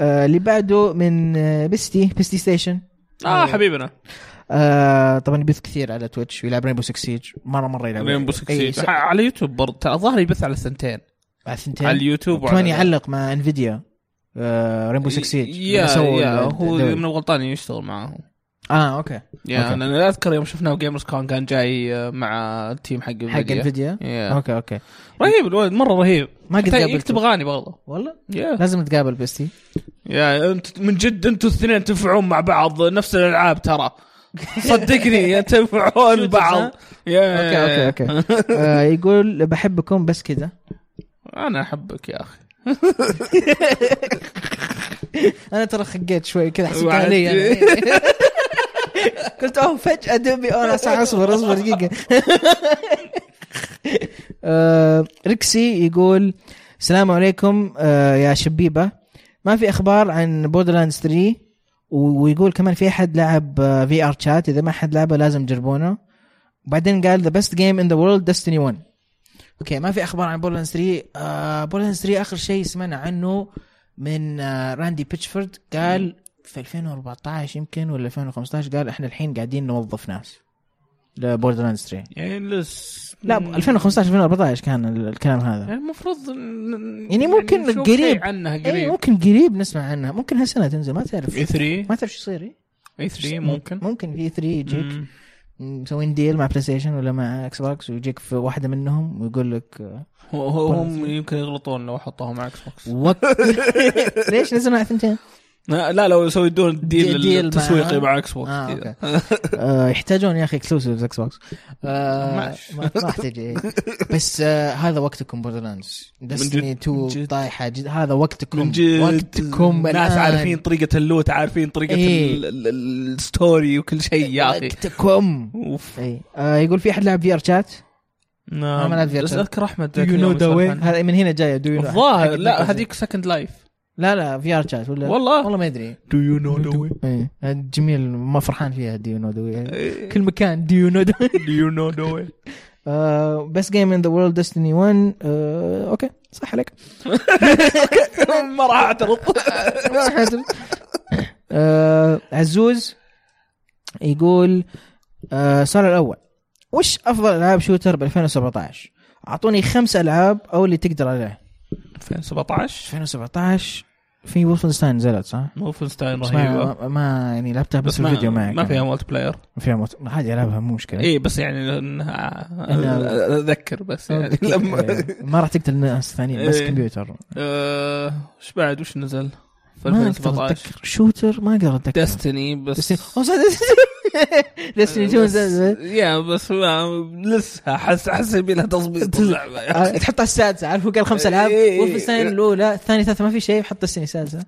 آه، اللي بعده من آه، بيستي بيستي ستيشن اه حبيبنا آه، طبعا يبث كثير على تويتش ويلعب رينبو 6 سيج مره مره يلعب رينبو إي، سكسيد س- ح- على يوتيوب برضه ترى الظاهر يبث على الثنتين على على الثنتين اليوتيوب وعلى- كمان يعلق مع انفيديا آه، رينبو 6 سيج يا لما سووا يا ال- هو الدوري. من الغلطان يشتغل معاهم اه اوكي يا أوكي. انا أنا اذكر يوم شفناه جيمرز كون كان جاي آه، مع التيم حق حق انفيديا انفيديا يا. اوكي اوكي رهيب الولد مره رهيب ما قد حتى قابلته. يكتب اغاني برضه والله يا لازم نتقابل بيستي يا انت من جد انتوا الاثنين تنفعون مع بعض نفس <laughs> الالعاب ترى صدقني يا تنفعون شوترز، بعض اوكي يا اوكي اوكي آه، يقول بحبكم بس كذا انا احبك يا اخي انا ترى خقيت شوي كذا حسيت وعد- علي يعني. <laughs> قلت اوه فجاه دبي أوه، انا صح اصبر اصبر دقيقه <laughs> آه، ريكسي يقول السلام عليكم آه، يا شبيبه ما في اخبار عن بوردرلاندز 3 و- ويقول كمان في احد لعب آه، في ار شات اذا ما حد لعبه لازم تجربونه وبعدين قال ذا بيست جيم ان ذا وورلد ديستني 1 اوكي ما في اخبار عن بوردرلاندز 3 آه بوردرلاندز 3 اخر شيء سمعنا عنه من آه راندي بيتشفورد قال في 2014 يمكن ولا 2015 قال احنا الحين قاعدين نوظف ناس لبوردرلاندز 3 يعني لس لا 2015 2014 كان ال- الكلام هذا يعني المفروض ن- يعني ممكن نشوف قريب. شيء عنها اي قريب إيه، إيه. ممكن قريب نسمع عنها ممكن هالسنه تنزل ما تعرف اي 3 ما تعرف شو يصير إيه؟ اي 3 ممكن ممكن في 3 يجيك مم. مسوين ديل مع بلاي ستيشن ولا مع اكس بوكس ويجيك في واحده منهم ويقول لك آه، هو- <laughs> هو- هم يمكن يغلطون لو حطوها مع اكس بوكس وك... ليش نزلوا على ثنتين؟ لا لو يسوي دون ديل, ديل مع- التسويقي مع اكس بوكس آه، كذا. <laughs> آه، يحتاجون يا اخي اكسلوسيفز اكس بوكس آه، ماشي. ما ما راح <laughs> تجي بس آه، هذا وقتكم بوردرلاندز دستني جد، من 2 جد. طايحه جد هذا وقتكم من جد وقتكم ناس الآن. عارفين طريقه اللوت عارفين طريقه إيه. ال- ال- ال- الستوري وكل شيء يا اخي وقتكم اوف اي آه، يقول في احد لعب في ار شات نعم. ما لعبت فيها بس ترى. اذكر احمد ذاك يو نو اليوم ذا يسولف واي عنها. هذا من هنا جايه دو يو الظاهر لا هذيك سكند لايف لا لا في ار شات ولا والله والله ما ادري دو يو نو ذا واي اي جميل ما فرحان فيها دو يو نو ذا واي كل مكان دو يو نو <laughs> ذا دو يو نو ذا <laughs> واي بس جيم ان ذا وورلد ديستني 1 آه، اوكي صح عليك ما راح اعترض ما حاسب. آه، عزوز يقول آه، سؤال الاول وش افضل العاب شوتر ب 2017 اعطوني خمس العاب او اللي تقدر عليه 2017 2017 في وولفنستاين نزلت صح؟ وولفنستاين بس رهيبه ما, ما يعني لعبتها بس, بس في يعني. إيه. الفيديو ما, معك ما فيها مولتي بلاير ما فيها موت... عادي العبها مو مشكله اي بس يعني انها إنها- اذكر بس <laughs> يعني أوكي. لما إيه، ما راح تقتل الناس الثانيين بس إيه. كمبيوتر آه، ايش بعد وش نزل؟ في ما اقدر 2017 اتذكر شوتر ما اقدر اتذكر ديستني بس <laughs> <laughs> دستني بس- دستني يا بس ما لسه احس احس يبي لها <laughs> تظبيط اللعبه يا أخي. آه، تحطها السادسه عارف هو قال خمس العاب إيه، إيه. وولفنستاين الاولى الثانيه الثالثه ما في شيء حط السنه <laughs> السادسه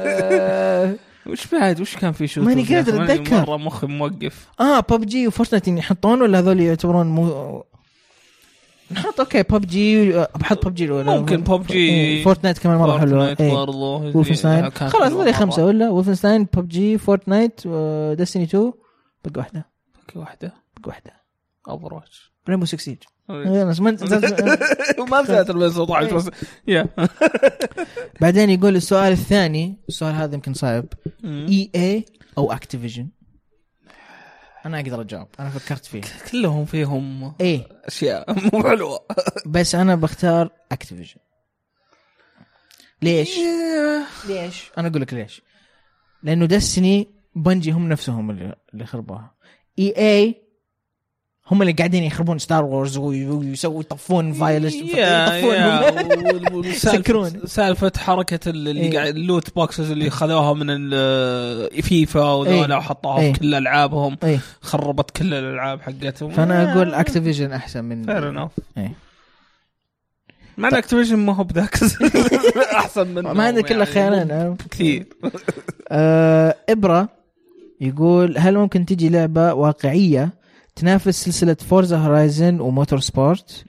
آه، <laughs> وش بعد وش كان في شوتر ماني قادر أتذكر. مره مخي موقف اه ببجي وفورتنايت يحطون ولا هذول يعتبرون مو نحط اوكي ببجي آه، بحط ببجي الاولى ممكن PUBG. إيه، فورتنايت كمان مره حلوه فورتنايت إيه. برضه وولفنستاين كان خلاص حلو هذول مرة. خمسه ولا وولفنستاين ببجي فورتنايت ديستني 2 آه، بقى واحده اوكي واحده بقى واحده <laughs> اوفر ريمبو 6 سيج خلاص، ما انت- وما نزلت 2017 بس يا <laughs> بعدين يقول السؤال الثاني السؤال هذا يمكن صعب اي اي او اكتيفيجن انا اقدر اجاوب انا فكرت فيه كلهم فيهم ايه اشياء مو حلوه بس انا بختار اكتيفيجن ليش يا. ليش انا اقول لك ليش لانه دسني بنجي هم نفسهم اللي اللي خربوها اي اي هم اللي قاعدين يخربون ستار وورز ويسووا يطفون فايلس <laughs> يا- يا. وال- <laughs> والسالفة- يسكرون. سالفه حركه ال- اللي إيه. قاعد اللوت بوكسز اللي خذوها من ال- فيفا وذولا إيه. وحطوها إيه. في كل العابهم ايه خربت كل الالعاب حقتهم فانا اقول اكتيفيجن احسن من فير انف إيه. مع ان اكتيفيجن ما هو بذاك <laughs> احسن منه ما عندك الا خيارين أه؟ عارف؟ كثير آه، إبرة يقول هل ممكن تجي لعبة واقعية تنافس سلسلة فورزا هورايزن وموتور سبورت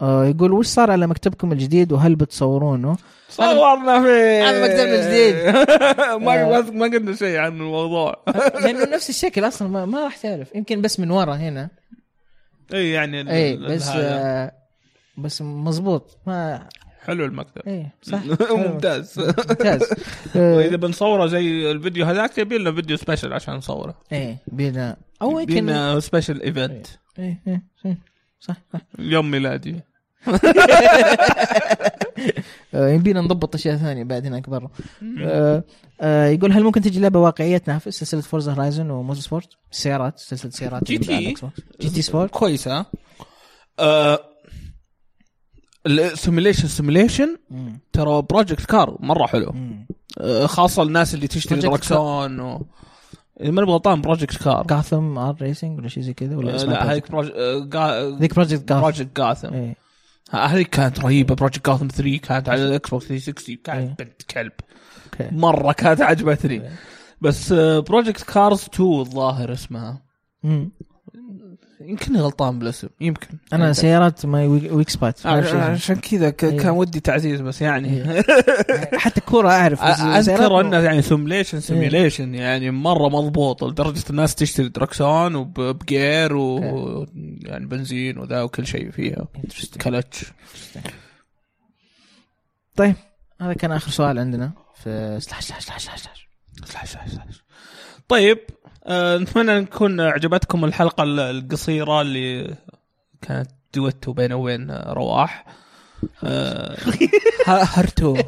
آه، يقول وش صار على مكتبكم الجديد وهل بتصورونه صورنا فيه هذا مكتبنا <laughs> الجديد. ما ما قلنا شيء عن <laughs> الموضوع <laughs> لأنه نفس الشكل أصلا ما, ما راح تعرف يمكن بس من ورا هنا اي يعني ال- اي ال- إيه، بس هذا. آه، بس مزبوط ما حلو المكتب اي <laughs> صح ممتاز <laughs> ممتاز آه، واذا بنصوره زي الفيديو هذاك يبي لنا فيديو سبيشل عشان نصوره اي إيه، بينا او يبي يمكن لنا سبيشل ايفنت إيه، إيه، إيه، صح صح يوم ميلادي آه، يبينا نضبط اشياء ثانيه بعد هناك برا آه، آه، يقول هل ممكن تجي لعبه واقعيه تنافس سلسله فورزا هورايزن وموتور سبورت سيارات سلسله سيارات جي اللي تي. على الإكس بوكس. جي تي سبورت كويسه آه السيميليشن سيميليشن مم. ترى بروجكت كار مره حلو مم. آه، خاصه الناس اللي تشتري Project دركسون و... اذا ماني غلطان بروجكت كار جاثم ار ريسنج ولا شيء زي كذا ولا آه، اسمها لا project؟ هذيك بروج- آه، جا- ذيك بروجكت جاثم بروجكت جاثم إيه. هذيك كانت رهيبه بروجكت جاثم 3 كانت على الاكس بوكس 360 إيه. كانت بنت كلب اوكي مره كانت عجبتني بس آه، بروجكت كارز 2 الظاهر اسمها مم. يمكن غلطان بالاسم يمكن انا سيارات ماي ويك آه، سبات عشان كذا ك- إيه. كان ودي تعزيز بس <laughs> يعني حتى كوره اعرف آه، بس سيارات اذكر مو- انه يعني سيميليشن سيميليشن يعني مره مضبوط لدرجه الناس تشتري دركسون وبجير و يعني بنزين وذا وكل شيء فيها Interesting. كلتش طيب هذا كان اخر سؤال عندنا في سلاش سلاش سلاش سلاش سلاش سلاش سلاش سلاش. طيب آه، نتمنى ان تكون عجبتكم الحلقه ال- القصيره اللي كانت دويتو بيني وبين آه، رواح آه، ه- هرتو <laughs>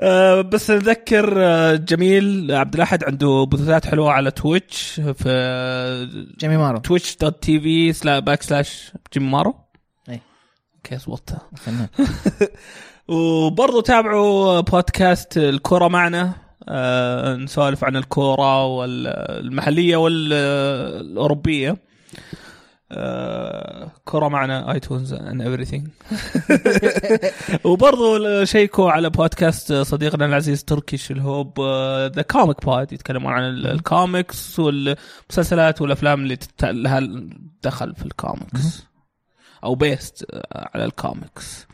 آه، بس نذكر آه، جميل عبد الاحد عنده بثوثات حلوه على تويتش في جيمي <laughs> مارو تويتش دوت تي في سلا باك سلاش جيم مارو إيه. اوكي ضبطتها فنان. وبرضو تابعوا بودكاست الكرة معنا آه، نسولف عن الكرة والمحلية والأوروبية آه، كرة معنا ايتونز اند everything وبرضو شيكوا على بودكاست صديقنا العزيز تركيش الهوب ذا كوميك بود يتكلمون عن ال- الكوميكس والمسلسلات والافلام اللي تت- لها دخل في الكوميكس او بيست على الكوميكس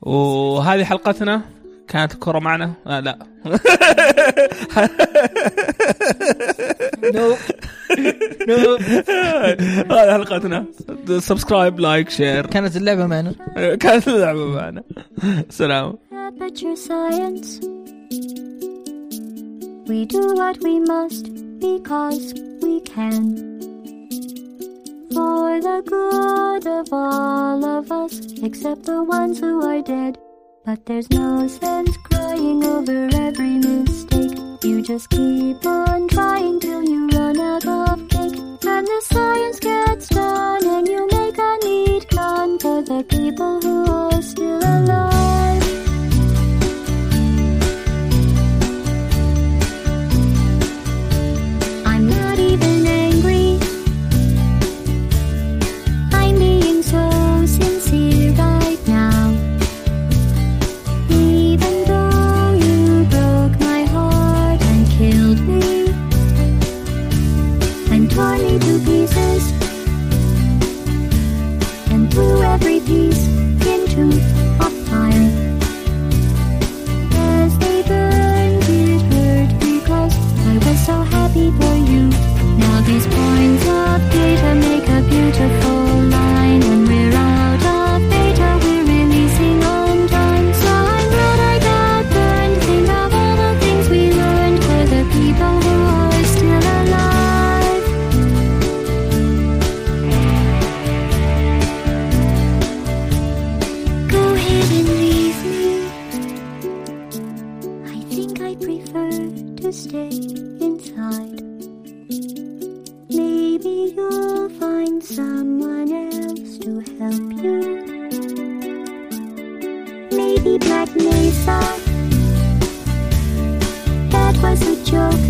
وهذه حلقتنا كانت الكرة معنا آه لا نو نو <laughs> هذه حلقتنا سبسكرايب لايك شير كانت اللعبه معنا كانت اللعبة معنا سلام Aperture Science. We do what we must because we can. For the good of all of us, except the ones who are dead. But there's no sense crying over every mistake. You just keep on trying till you run out of cake. And the science gets done, and you make a neat gun for the people who are still alive. I'm not even angry. I'm being so sincere right now. Even though you broke my heart and killed me and tore me to pieces and threw every piece into a fire. As they burned, it hurt because I was so happy for you. Now these points of data make a beautiful line, and we're out of data. We're releasing on time, so I'm glad I got burned. Think of all the things we learned for the people who are still alive. Go ahead and leave me. I think I prefer to stay inside. Maybe you'll find someone else to help you. Maybe Black Mesa. That was a joke. E